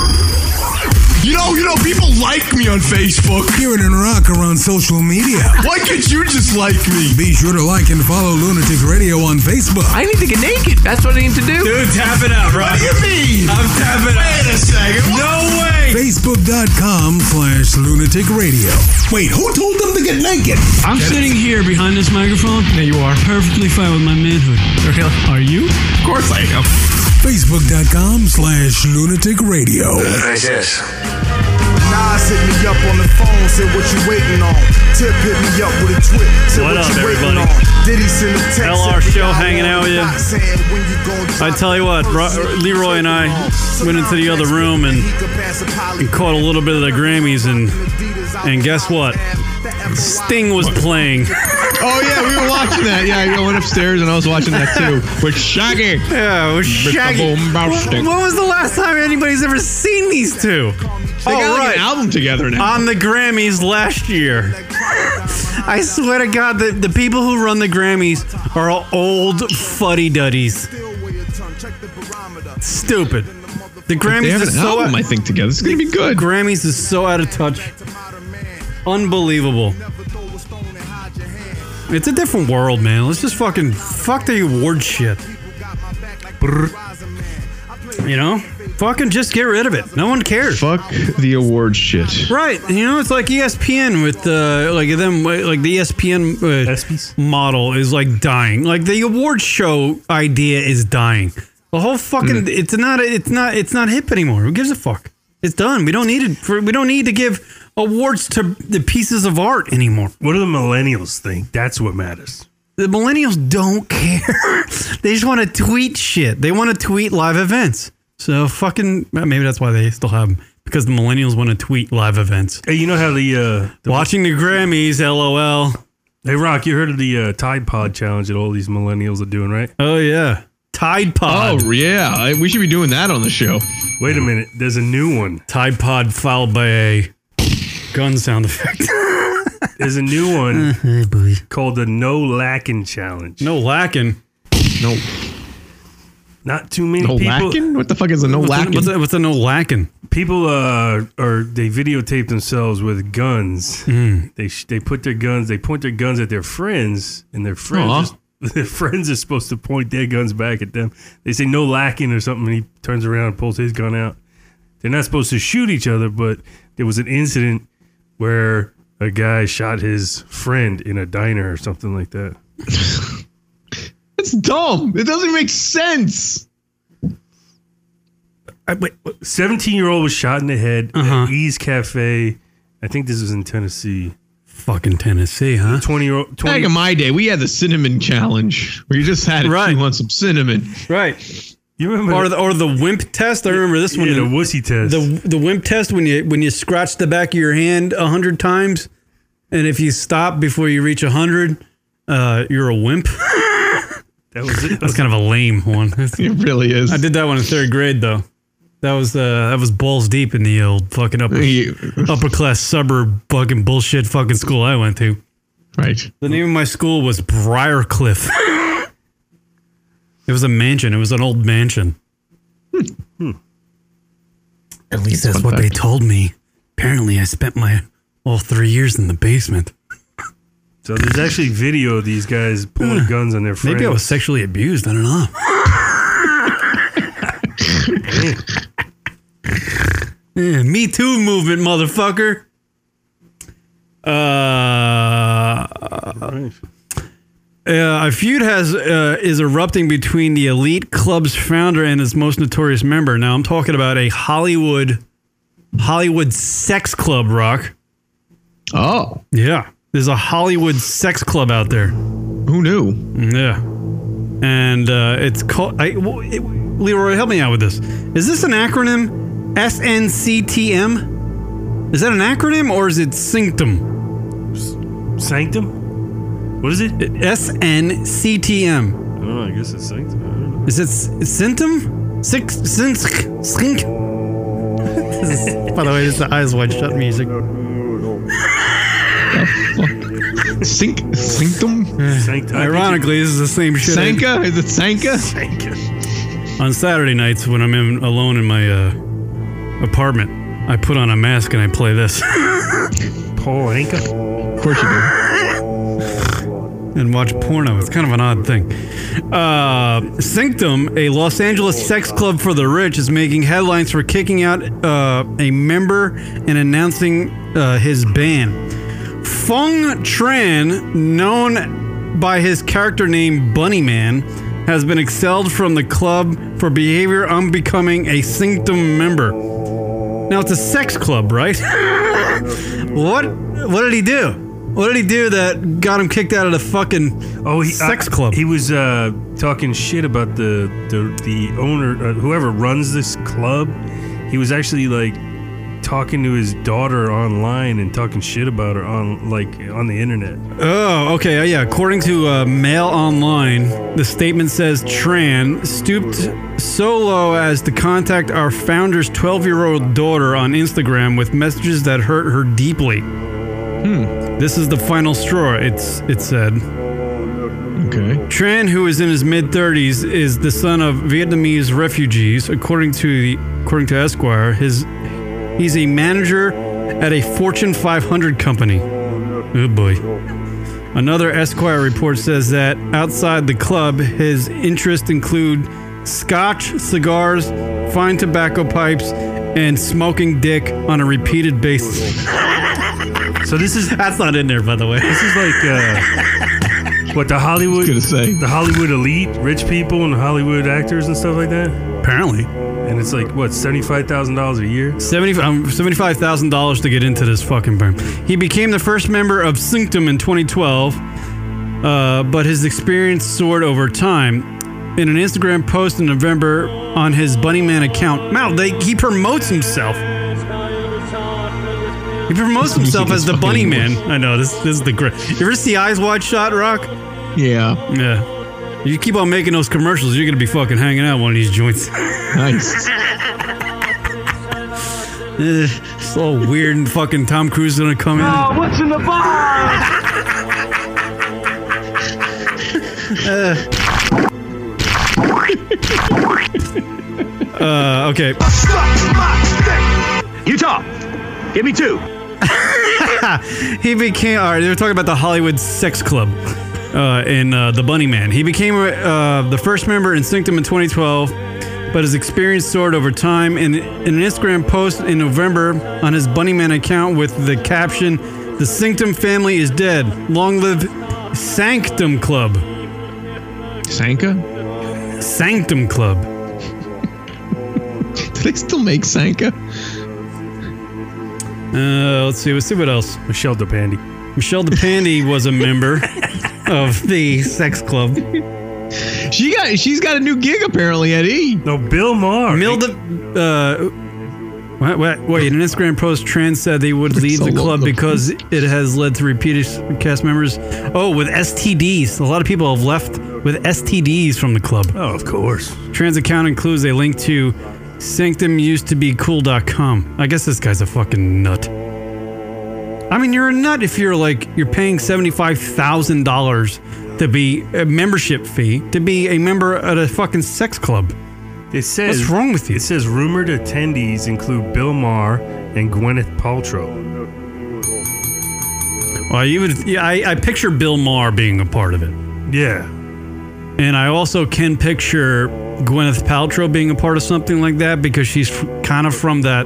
You know, you know, people like me on Facebook.
Hear it in rock are on social media.
Why could you just like me?
Be sure to like and follow Lunatic Radio on Facebook.
I need to get naked. That's what I need to do.
Dude, tap it out, Rock.
What do you mean?
I'm tapping out.
Wait a second.
No way.
Facebook.com slash lunatic radio. Wait, who told them to get naked?
I'm sitting here behind this microphone. Yeah, you are. Perfectly fine with my manhood. Are you? Of
course I am.
Facebook.com slash lunatic radio.
Nas hit me up on the phone, said what you waiting on. Tip hit me up with a twit, said
What
what,
up,
you waiting
everybody?
on. Diddy send a text?
LR
said,
show
"Y'all
hanging out with you."
not saying when you gon'
I tell you what, Ro- Leroy and I went into the other room and caught a little bit of the Grammys and and guess what? Sting was playing.
Oh yeah, we were watching that. Yeah, I went upstairs and I was watching that too. With Shaggy.
Yeah, with Shaggy. When,
They
when was the last time anybody's ever seen these two?
got like an album together now.
on the Grammys last year. I swear to God, the, the people who run the Grammys are all old fuddy duddies. Stupid. The Grammys
have an
is so
album, I think, together. This is gonna be good.
Grammys is so out of touch. Unbelievable. It's a different world, man. Let's just fucking fuck the award shit. You know? Fucking just get rid of it. No one cares.
Fuck the award shit.
Right, you know, it's like E ESPN with uh, like them, like the ESPN uh, model is like dying. Like the award show idea is dying. The whole fucking it's not it's not it's not hip anymore. Who gives a fuck? It's done. We don't need it. For, we don't need to give awards to the pieces of art anymore.
What do the millennials think? That's what matters.
The millennials don't [LAUGHS] care. they just want to tweet shit. They want to tweet live events. So fucking maybe that's why they still have them because the millennials want to tweet live events.
Hey, you know how the, uh, the
watching the Grammys, LOL.
Hey, Rock, you heard of the uh, Tide Pod challenge that all these millennials are doing, right?
Oh yeah, Tide
Pod.
Oh yeah, I- we should be doing that on the show.
Wait a minute, there's a new one.
Tide Pod followed by a gun sound effect.
There's a new
[LAUGHS]
one called the No Lacking Challenge.
No lacking.
No.
Not too many
No
people.
lacking? What the fuck is a no
What's a-
lacking?
what's
a- what's a no lacking?
People uh, are they videotape themselves with guns. They sh- they put their guns. They point their guns at their friends, and their
Aw.
friends [LAUGHS] their friends are supposed to point their guns back at them. They say no lacking or something, and he turns around and pulls his gun out. They're not supposed to shoot each other, but there was an incident where a guy shot his friend in a diner or something like that.
That's dumb. It doesn't make sense.
Seventeen year old was shot in the head at Ease Cafe. I think this was in Tennessee.
Fucking Tennessee, huh?
Twenty year old.
Back in my day, we had the cinnamon challenge where you just had it. Right. You want some cinnamon?
Right.
You remember
Or the, or the wimp test? I remember this one.
Yeah, the wussy test.
The the wimp test when you when you scratch the back of your hand a hundred times, and if you stop before you reach a hundred, uh, you're a wimp.
That was it.
That's kind of a lame one.
it really is.
[LAUGHS] I did that one in third grade though. That was uh, that was balls deep in the old fucking upper upper class suburb fucking bullshit fucking school I went to.
Right.
The name of my school was Briarcliff. it was a mansion. It was an old mansion. Hmm. At least that's what they told me. Apparently, I spent my all three years in the basement.
So there's actually video of these guys pulling guns on their friends.
Maybe I was sexually abused. I don't know. [LAUGHS] Yeah, me too movement, motherfucker. Uh, uh, a feud has uh, is erupting between the elite club's founder and his most notorious member. Now I'm talking about a Hollywood Hollywood sex club, Rock.
Oh,
yeah. There's a Hollywood sex club out there. Who
knew?
Yeah. And uh, it's called. I, w- it- Leroy, help me out with this. Is this an acronym? SNCTM? Is that an acronym or is it Sanctum?
Sanctum? What is it?
SNCTM.
I don't know. I guess it's Sanctum. I don't know.
Is it Sanctum? Six, since, skink. This is- by the way, it's the eyes wide shut music.
Sink, Sanctum?
Ironically, this is the same shit. I-
Sanka? Is it Sanka?
On Saturday nights, when I'm in, alone in my uh, apartment, I put on a mask and I play this. [LAUGHS]
Paul Anka?
Of course you do. and watch porno. It's kind of an odd thing. Uh, Sanctum, a Los Angeles sex club for the rich, is making headlines for kicking out uh, a member and announcing uh, his ban. Feng Tran, known by his character name Bunny Man, has been expelled from the club for behavior unbecoming a Sanctum member. Now it's a sex club, right? [LAUGHS] what? What did he do? What did he do that got him kicked out of the fucking
Oh, he,
sex
I-
club?
He was uh, talking shit about the the, the owner, uh, whoever runs this club. He was actually like talking to his daughter online and talking shit about her on like on the internet.
Oh, okay. uh, Yeah. According to uh, Mail Online, the statement says Tran stooped so low as to contact our founder's 12 year old daughter on Instagram with messages that hurt her deeply. Hmm. This is the final straw, it's, it said.
Okay.
Tran, who is in his mid 30s, is the son of Vietnamese refugees. According to, the, according to Esquire, his, he's a manager at a Fortune 500 company. Oh boy. Another Esquire report says that outside the club, his interests include scotch, cigars, fine tobacco pipes, and smoking dick on a repeated basis.
So this is
that's not in there, by the way.
This is like uh, what the Hollywood the Hollywood elite, rich people and Hollywood actors and stuff like that.
Apparently,
and it's like what seventy five thousand dollars a year.
Seventy five um, thousand dollars to get into this fucking firm. He became the first member of Sanctum in 2012, uh, but his experience soared over time. In an Instagram post in November on his Bunnyman account, Mal, they, he promotes himself. He promotes himself as the Bunny Man. I know this. This is the great. You ever see Eyes Wide Shut, Rock?
Yeah.
Yeah. You keep on making those commercials, you're gonna be fucking hanging out one of these joints.
Nice.
Eh, so weird and fucking Tom Cruise gonna come in.
Oh, what's in the box?
[LAUGHS] Uh, okay.
Utah, give me two.
[LAUGHS] he became. All right, they were talking about the Hollywood Sex Club uh, in uh, the Bunny Man. He became uh, the first member in Sanctum in 2012, but his experience soared over time. In, in an Instagram post in November on his Bunny Man account with the caption, "The Sanctum family is dead. Long live Sanctum Club."
Sanka?
Sanctum Club.
Do they still make Sanka?
Uh, let's see. Let's see what else.
Michelle DePandy.
Michelle DePandy was a member of the sex club.
She got. She's got a new gig apparently at E.
No, Bill Maher.
Milda. Uh, what, what, wait, an Instagram post, Tran said they would leave the club because it has led to repeated cast members. Oh, with STDs. A lot of people have left with STDs from the club.
Oh, of course.
Tran's account includes a link to sanctumusedtobecool.com. I guess this guy's a fucking nut. I mean, you're a nut if you're like, you're paying $75,000 to be a membership fee, to be a member at a fucking sex club.
It says
What's wrong with you?
It says rumored attendees include Bill Maher and Gwyneth Paltrow.
Well, you would. Yeah, I, I picture Bill Maher being a part of it.
Yeah.
And I also can picture Gwyneth Paltrow being a part of something like that because she's f- kind of from that,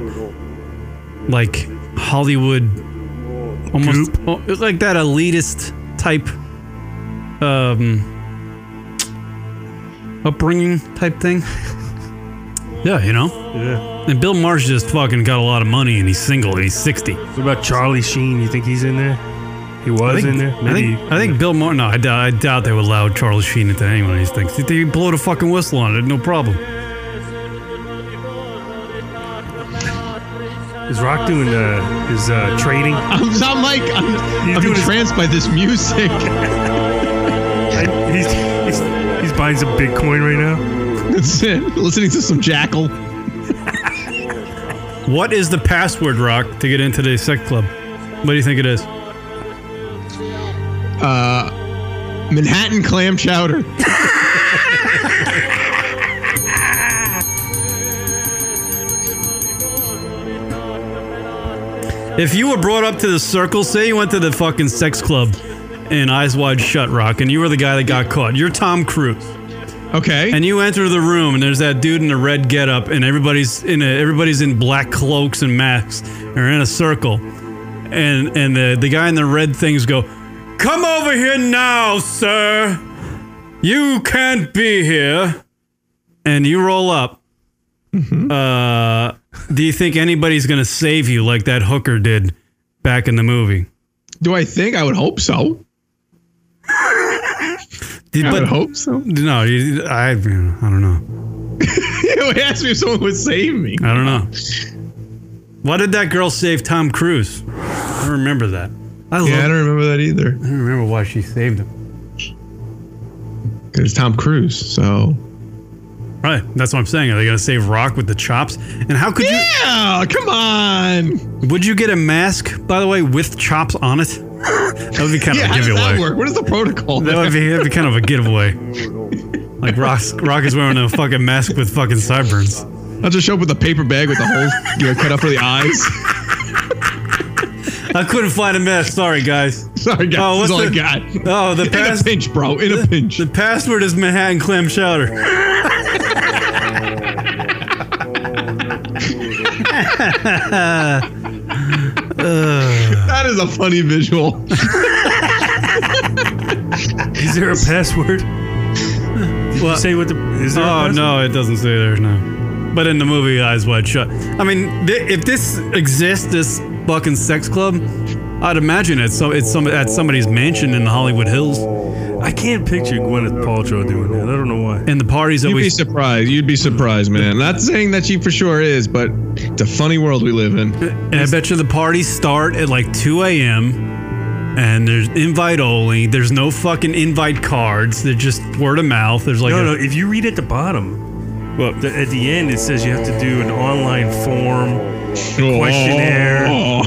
like Hollywood, almost oh, it's like that elitist type, um, upbringing type thing. [LAUGHS] yeah, you know.
Yeah.
And Bill Maher's just fucking got a lot of money and he's single and he's sixty.
What about Charlie Sheen? You think he's in there? He was
I think,
in uh, there.
I think, I think Bill Maher. No, I doubt, I doubt they would allow Charlie Sheen into any one of these things. They blow the fucking whistle on it, no problem.
Is Rock doing uh, his uh,
[LAUGHS]
trading?
I'm, I'm like, I'm, I'm entranced by this music.
he's, he's, he's buying some Bitcoin right now.
That's it. Listening to some Jackal.
What is the password, Rock, to get into the sex club? What do you think it is?
Uh, Manhattan clam chowder.
If you were brought up to the circle, say you went to the fucking sex club in Eyes Wide Shut, Rock, and you were the guy that got caught. You're Tom Cruise.
Okay.
And you enter the room, and there's that dude in a red getup, and everybody's in a, everybody's in black cloaks and masks, and are in a circle, and and the the guy in the red things go, "Come over here now, sir. You can't be here." And you roll up.
Mm-hmm.
Uh, do you think anybody's gonna save you like that hooker did back in the movie?
Do I think? I would hope so.
Did,
I would hope so.
No, you, I, I don't know.
[LAUGHS] you asked me if someone would save me.
I don't know. Why did that girl save Tom Cruise? I remember that. I
yeah, I
love.
don't remember that either.
I don't remember why she saved him.
Because Tom Cruise, so.
Right, that's what I'm saying. Are they gonna save Rock with the chops? And how could you?
Yeah, come on.
Would you get a mask, by the way, with chops on it? that would be kind of
yeah,
a
how does
giveaway.
that work? What is the protocol?
That would be, that'd be kind of a giveaway. Like Rock, Rock is wearing a fucking mask with fucking sideburns.
I'll just show up with a paper bag with the holes you know, cut out for the eyes. [LAUGHS]
I couldn't find a mask. Sorry, guys.
Sorry, guys.
Oh, what's
That's all I
the,
got.
Oh,
[LAUGHS]
the
In a
pass-
pinch, bro. In a pinch.
The password is Manhattan clam chowder.
that is a funny visual.
Is there
[LAUGHS]
a password? Did you
What?
say what the? Is there a
Oh
password?
no, it doesn't say there. No, but in the movie Eyes Wide Shut. I mean, th- if this exists, this fucking sex club, I'd imagine it's so it's some at somebody's mansion in the Hollywood Hills,
I can't picture Gwyneth Paltrow doing that. I don't know why.
and the party's
You'd be
always.
surprised. You'd be surprised, man. Not saying that she for sure is, but it's a funny world we live in.
And I bet you the parties start at like 2 a.m. And there's invite only. There's no fucking invite cards. They're just word of mouth. There's like
no,
a-
no. If you read at the bottom,
What?
the, at the end it says you have to do an online form questionnaire.
Oh.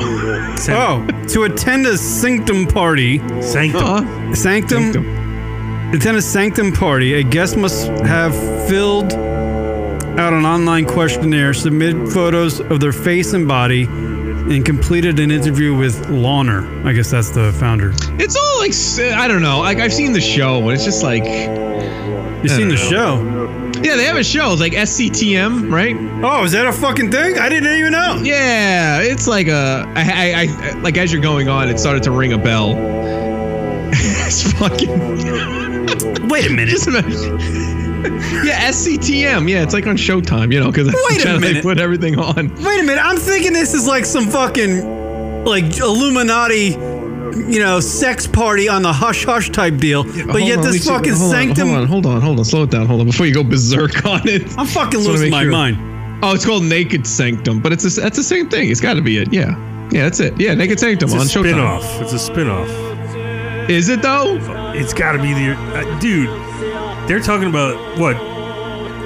Send,
Oh, [LAUGHS] to attend a sanctum party.
Sanctum.
Huh?
Sanctum, attend a sanctum party. A guest must have filled out an online questionnaire, submitted photos of their face and body, and completed an interview with Lawner. I guess that's the founder.
It's all like s- I don't know. Like I've seen the show, and it's just like yeah,
You've seen the show.
they have a show. It's like SCTM, right?
Oh, is that a fucking thing? I didn't even know.
Yeah, it's like a I, I, I like as you're going on, it started to ring a bell. [LAUGHS] it's fucking
Wait a minute.
just imagine. [LAUGHS] Yeah, SCTM. Yeah, it's like on Showtime, you know, because
Wait a
They
minute.
put everything on.
Wait a minute. I'm thinking this is like some fucking like Illuminati, you know, sex party on the hush hush type deal. But
Hold
yet
on, let me
this
see-
fucking
hold on,
sanctum.
hold on, hold on, hold on. Slow it down. Hold on before you go berserk on it.
I'm fucking
Just wanna
losing
make
my
sure.
mind.
Oh, it's called Naked Sanctum, but it's a, that's the same thing. It's got to be it. Yeah, yeah, that's it. Yeah, Naked Sanctum
It's a
on Showtime.
spin-off. It's a spin-off.
Is it though?
It's got to be the uh, dude. They're talking about what?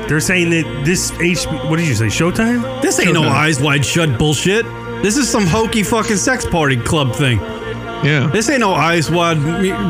They're saying that this H. What did you say? Showtime?
This ain't no
Showtime.
eyes wide shut bullshit. This is some hokey fucking sex party club thing.
Yeah.
This ain't no eyes wide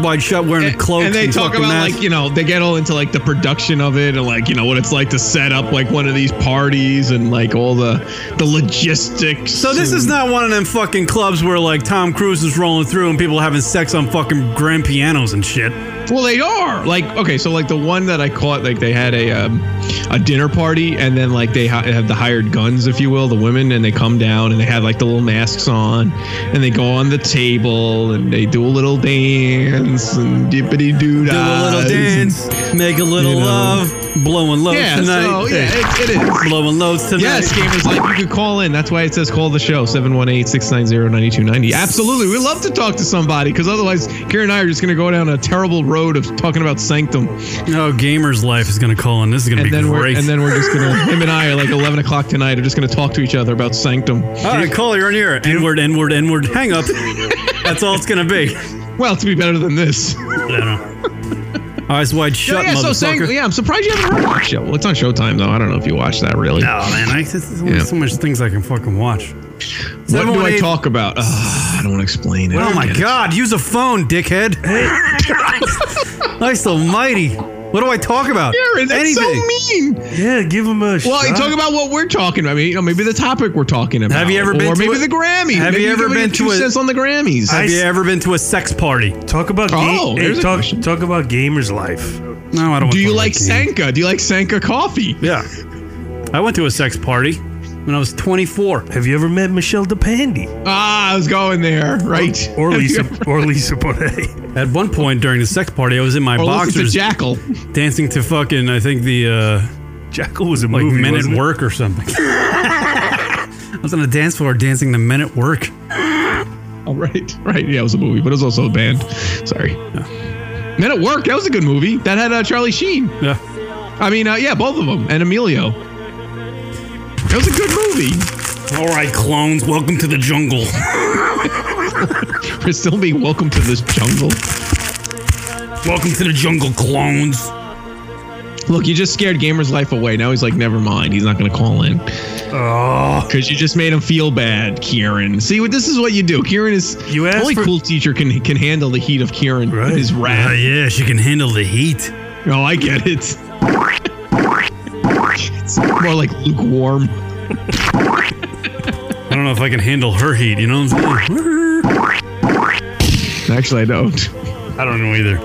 wide shut wearing a cloak.
and they talk
fucking
about
mask.
like you know they get all into like the production of it and like you know what it's like to set up like one of these parties and like all the the logistics.
So this is not one of them fucking clubs where like Tom Cruise is rolling through and people having sex on fucking grand pianos and shit.
Well, they are like okay, so like the one that I caught, like they had a um, a dinner party, and then like they ha- have the hired guns, if you will, the women, and they come down and they have like the little masks on, and they go on the table and they do a little dance and dippity doo
Do a little dance, make a little
Uh, you know.
love, blowing loads
Yeah,
tonight.
so yeah, it, it is
blowing loads tonight.
Yes, gamers like you could call in. That's why it says call the show 718-690-9290. Absolutely, we love to talk to somebody because otherwise, Karen and I are just gonna go down a terrible road of talking about Sanctum.
No, Oh, gamer's life is gonna call in. This is gonna
and
be
then
great.
We're, and then we're just gonna him and I are like eleven o'clock tonight. Are just gonna talk to each other about Sanctum.
All right, Cole, you're on here. N-word, N-word, N-word. Hang up. That's all it's gonna be.
Well, to be better than this.
I don't know. Eyes wide shut,
yeah, yeah, so
motherfucker.
Sanct- yeah, I'm surprised you haven't heard of that show. Well, it's on Showtime though. I don't know if you watch that really.
No, Oh, man, I, there's only
Yeah.
so much things I can fucking watch.
What do I
718
talk about? Ugh, I don't want to explain it.
Oh my
Get it.
God! Use a phone, dickhead. [LAUGHS] Christ Almighty! What do I talk about?
Aaron, that's so mean.
Yeah, give him a.
Well, you
shot.
talk about what we're talking about. I mean, you know, maybe the topic we're talking about.
Have you ever
or
been to
maybe
a-
the Grammys?
Have
Maybe
you ever
give
been
me two
to a
cents on the Grammys?
Have you ever been to a sex party?
Talk about
Oh, there's a
talk, talk about gamer's life.
No, I don't.
Do you like Sanka? Do you like Sanka coffee?
Yeah. I went to a sex party when I was 24.
Have you ever met Michelle DePandy?
Ah, I was going there, right?
Or
[LAUGHS]
Lisa, [LAUGHS] or Lisa Bonet.
At one point during the sex party, I was in my
Oh,
Or look at the
boxers,
Jackal,
dancing to fucking. I think the uh,
Jackal was a
like
movie,
Men
wasn't
at
it?
Work or something. [LAUGHS] I was on a dance floor dancing to Men at Work.
Oh, right, right. Yeah, it was a movie, but it was also a band. Sorry. Men at Work. That was a good movie. That had uh, Charlie Sheen.
Yeah.
I mean, uh, yeah, both of them and Emilio. That was a good movie.
All right, clones, welcome to the jungle.
We're still being welcome to this jungle.
Welcome to the jungle, clones.
Look, you just scared Gamer's life away. Now he's like, never mind. He's not going to call in.
Oh.
Because you just made him feel bad, Kieran. See, what this is what you do. Kieran is you only cool teacher can can handle the heat of Kieran. Right. His wrath.
Oh, yeah, she can handle the heat.
Oh, I get it. It's more like lukewarm.
I don't know if I can handle her heat. You know what I'm saying?
Actually, I don't.
[LAUGHS] I don't know either.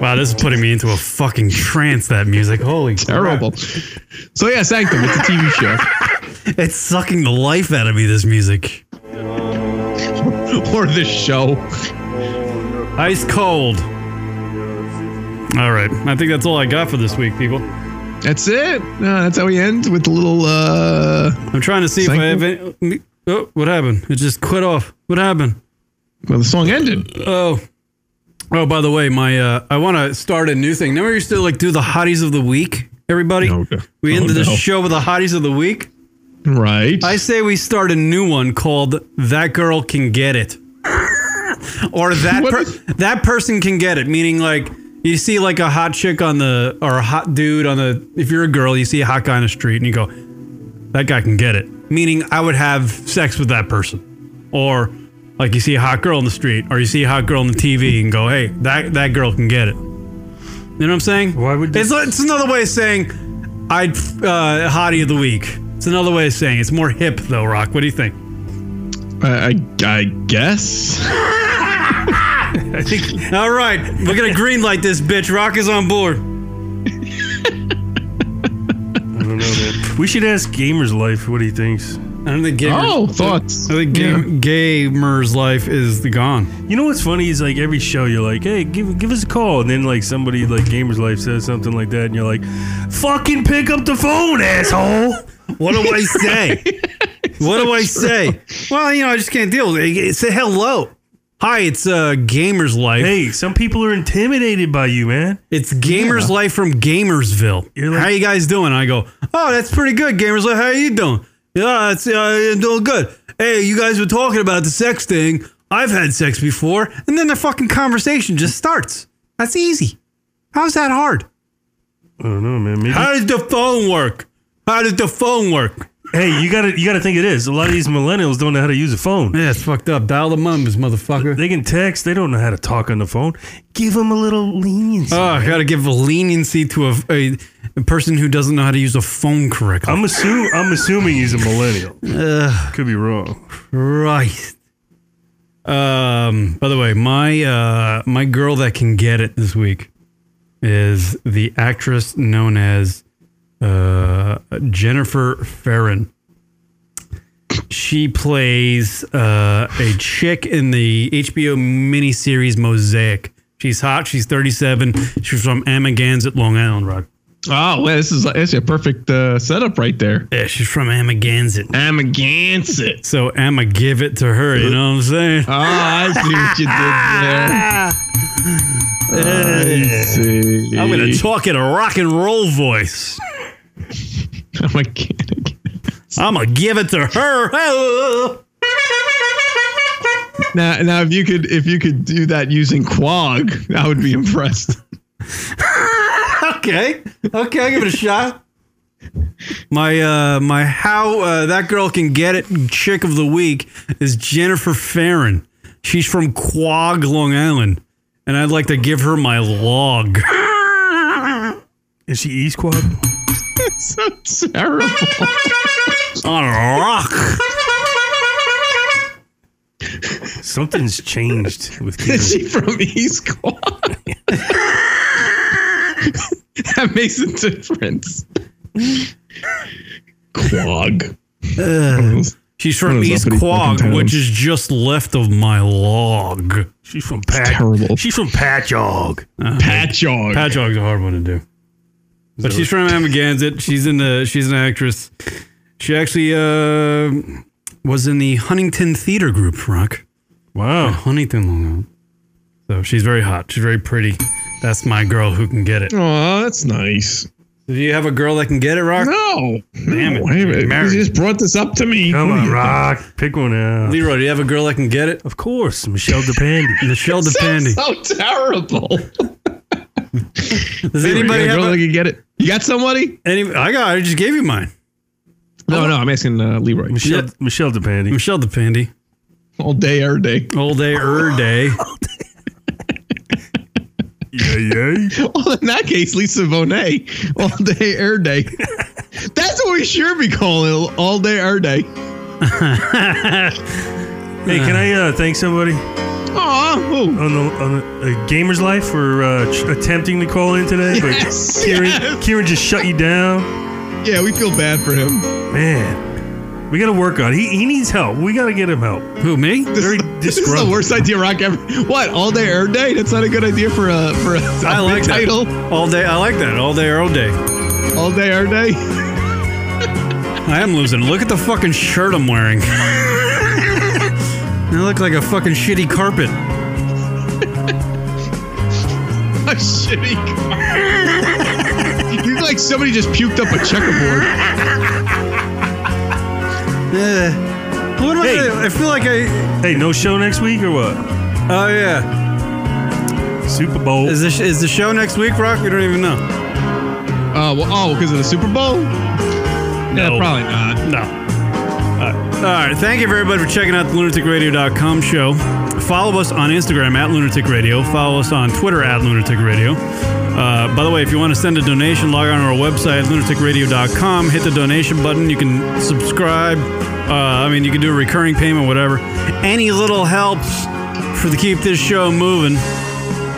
wow, this is putting me into a fucking trance. That music, holy
terrible. So yeah, Sanctum. It's a TV show. [LAUGHS]
it's sucking the life out of me. This music.
or this show.
Ice cold. All right, I think that's all I got for this week, people.
That's it. No, that's how we end with a little. uh
I'm trying to see if I have any. Oh, what happened? It just quit off. What happened?
Well, the song ended.
Oh. Oh, by the way, my uh, I want to start a new thing. Remember, we used to like do the hotties of the week. Everybody, we
Oh,
ended the
no.
show with the hotties of the week.
Right.
I say we start a new one called "That Girl Can Get It," [LAUGHS] or that per- that person can get it. Meaning, like you see like a hot chick on the or a hot dude on the. If you're a girl, you see a hot guy on the street, and you go, "That guy can get it." Meaning, I would have sex with that person, or like you see a hot girl on the street, or you see a hot girl on the TV, and go, "Hey, that that girl can get it." You know what I'm saying? Why would it's, it's another way of saying I'd uh, hottie of the week. It's another way of saying it. it's more hip though. Rock, what do you think?
I I, I guess.
I think. All right, we're gonna green light this bitch. Rock is on board.
I don't know, man. We should ask Gamer's Life what he thinks. I
don't think Gamer's- Oh, thoughts. I think Game- Gamer's Life is the gone.
You know what's funny is like every show you're like, hey, give give us a call, and then like somebody like Gamer's Life says something like that, and you're like, fucking pick up the phone, asshole.
What do I say? what do I say? Well, you know, I just can't deal with it. Say hello. Hi, it's uh, Gamer's Life.
Hey, some people are intimidated by you, man.
It's Gamer's
Yeah.
Life from Gamersville. how you guys doing? I go, oh, that's pretty good, Gamer's Life. How you doing? Yeah, it's, uh, I'm doing good. Hey, you guys were talking about the sex thing. I've had sex before. And then the fucking conversation just starts. That's easy. How's that hard?
I don't know, man. Maybe
How does the phone work? How does the phone work?
Hey, you gotta you gotta think it is. A lot of these millennials don't know how to use a phone.
Yeah, it's fucked up. Dial the mums, motherfucker.
They can text. They don't know how to talk on the phone. Give them a little leniency.
Oh, I gotta give leniency to a, a, a person who doesn't know how to use a phone correctly.
I'm assume I'm assuming he's a millennial.
Ugh.
Could be wrong.
Right. Um. By the way, my uh my girl that can get it this week is the actress known as uh Jennifer Ferrin. She plays uh, a chick in the HBO miniseries Mosaic. She's hot. She's 37. She's from Amagansett, Long Island, Rod.
Oh, well, this is it's a perfect uh, setup right there.
Yeah, she's from Amagansett.
Amagansett.
So I'ma give it to her. You know what I'm saying?
Oh, I see what you
[LAUGHS]
did there. I see.
I'm gonna talk in a rock and roll voice.
I'm a kid.
I'm gonna give it to her.
Now, now, if you could, if you could do that using Quag, I would be impressed. [LAUGHS]
okay, okay, I'll give it a shot. My uh, my how uh, that girl can get it chick of the week is Jennifer Farron. She's from Quag, Long Island, and I'd like to give her my log.
Is she East Quad?
It's
[LAUGHS]
so terrible.
On a rock.
Something's changed with
Is she
Kevin.
from East Quad? [LAUGHS] that makes a difference. Quag.
Ugh. she's from
Those
East
uppity fucking
Quag,
towns.
which is just left of my log.
She's from Pat.
terrible.
She's from Patchog.
Patchog.
Patchog's a hard one to do. But
So-
she's from Amagansett. She's in the she's an actress. She actually uh, was in the Huntington Theater Group, Rock.
Wow.
Huntington Long Island. So she's very hot. She's very pretty. That's my girl who can get it. Do
Oh, that's nice.
you have a girl that can get it, Rock?
No.
Damn it.
No, wait a minute.
Married.
You just brought this up to me.
Come
What are [LAUGHS]
on,
you-
Rock. Pick one out.
Leroy, do you have a girl that can get it?
Of course, Michelle
[LAUGHS]
DePandy.
Michelle DePandy.
So terrible.
Does anybody
You got a
have
girl
a,
that can get it? You got somebody?
any? I got. I just gave you mine.
No, no. I'm asking uh, Leroy.
Michelle, Michelle DePandy.
Michelle DePandy.
[LAUGHS] All day, every day. [LAUGHS]
All day, er [LAUGHS] day.
Yeah, yeah.
Well, in that case, Lisa Bonet, all day, air day. That's what we should be calling it, all day, air day.
Hey, can I uh, thank somebody
Aw,
on the on the, uh, Gamer's Life for uh, ch- attempting to call in today?
Yes,
but Kieran,
yes.
Kieran just shut you down.
[LAUGHS] yeah, we feel bad for him.
Man, we got to work on. He he needs help. We got to get him help.
Who me?
This,
Very
this is the
disgruntled.
worst idea Rock ever. What? All day, air day? That's not a good idea for a for a, a
I like that.
title.
All day. I like that. All day, er day.
All day, air day. [LAUGHS]
I am losing. Look at the fucking shirt I'm wearing. [LAUGHS] I look like a fucking shitty carpet.
A shitty car. [LAUGHS] you like somebody just puked up a checkerboard.
Eh. What am I
Hey.
gonna- I feel like I.
Hey, no show next week or what?
Oh yeah.
Super Bowl.
Is this is the show next week, Rock? We don't even know.
Uh, well, oh, because of the Super Bowl?
No.
Yeah, probably not.
No. All right. Thank you, everybody, for checking out the lunaticradio.com show. Follow us on Instagram at Lunatic Radio. Follow us on Twitter at Lunatic Radio. Uh, by the way, if you want to send a donation, log on to our website, lunaticradio.com. Hit the donation button. You can subscribe. Uh, I mean, you can do a recurring payment, whatever. Any little helps for to keep this show moving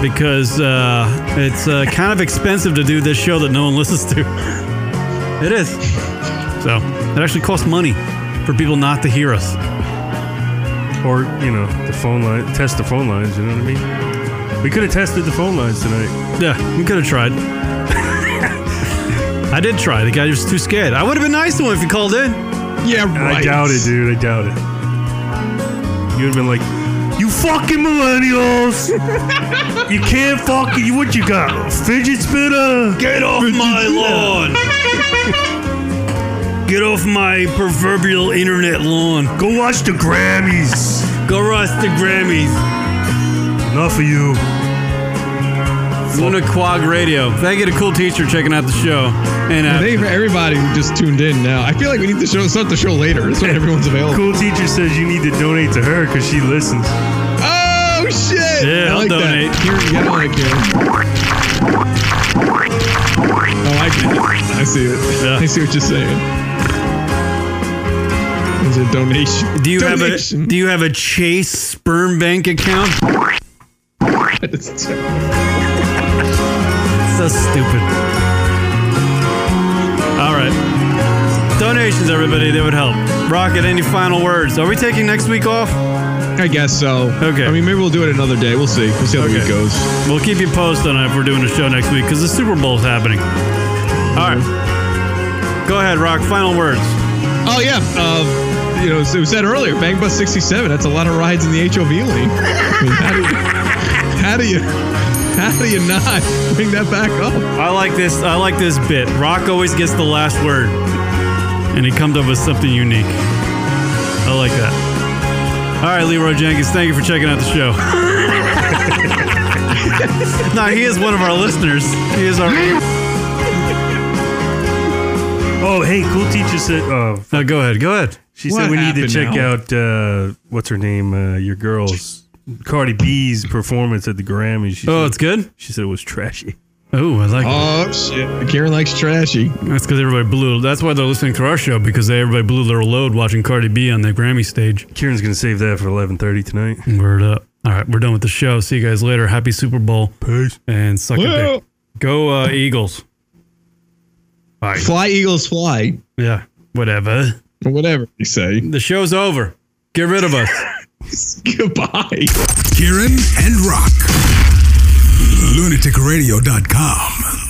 because uh, it's uh, kind of expensive to do this show that no one [LAUGHS] listens to. It is. So it actually costs money for people not to hear us.
Or, you know, the phone line, test the phone lines, you know what I mean? We could have tested the phone lines tonight.
Yeah, we could have tried. [LAUGHS] I did try. The guy was too scared. I would have been nice to him if he called in.
Yeah, right.
I doubt it, dude. I doubt it. You would have been like, you fucking millennials! you can't fucking, you, what you got? Fidget spinner!
Get off my [LAUGHS] lawn. Get off my proverbial internet lawn.
Go watch the Grammys!
Go rush the Grammys.
Enough of you.
Luna Quag Radio. Thank you to Cool Teacher checking out the show. And uh,
Thank you for everybody who just tuned in now. I feel like we need to show start the show later. It's when everyone's available.
Cool teacher says you need to donate to her because she listens.
Oh shit! I
Yeah, I'll
like
donate.
That. Here, get on it, kid. Oh, I get it. I see it. I see what you're saying. It's a donation. [LAUGHS]
do you have a do you have a Chase sperm bank account? so stupid. All right. Donations, everybody, they would help. Rocket, any final words? Are we taking next week off?
I guess so.
Okay.
I mean, maybe we'll do it another day. We'll see. We'll see how the week
Okay.
goes.
We'll keep you posted on if we're doing a show next week because the Super Bowl is happening. All right. Go ahead, Rock. Final words.
Oh yeah, uh, you know, as it was said earlier, Bang Bus 67. That's a lot of rides in the HOV lane. I mean, how, do you, how do you, how do you not bring that back up?
I like this. I like this bit. Rock always gets the last word, and he comes up with something unique. I like that. All right, Leroy Jenkins, thank you for checking out the show. [LAUGHS] no, he is one of our listeners. He is our.
Oh, hey, cool teacher said. Oh,
no, go ahead. Go ahead.
She
What
said we need to
happened
check
now?
out uh, what's her name, uh, your girl's Cardi B's performance at the Grammys. She
Oh,
said-
it's good?
She said it was trashy.
Oh, I like.
Oh shit! Karen likes trashy.
That's because everybody blew. That's why they're listening to our show because they, everybody blew their load watching Cardi B on the Grammy stage.
Kieran's gonna save that for eleven thirty tonight.
Word up! All right, we're done with the show. See you guys later. Happy Super Bowl. Peace. And suck
Yeah.
it. Go uh, Eagles. Bye.
Fly Eagles fly.
Yeah. Whatever.
Whatever you say. [LAUGHS]
The show's over. Get rid of us.
Goodbye.
Kieran and Rock. LunaticRadio.com.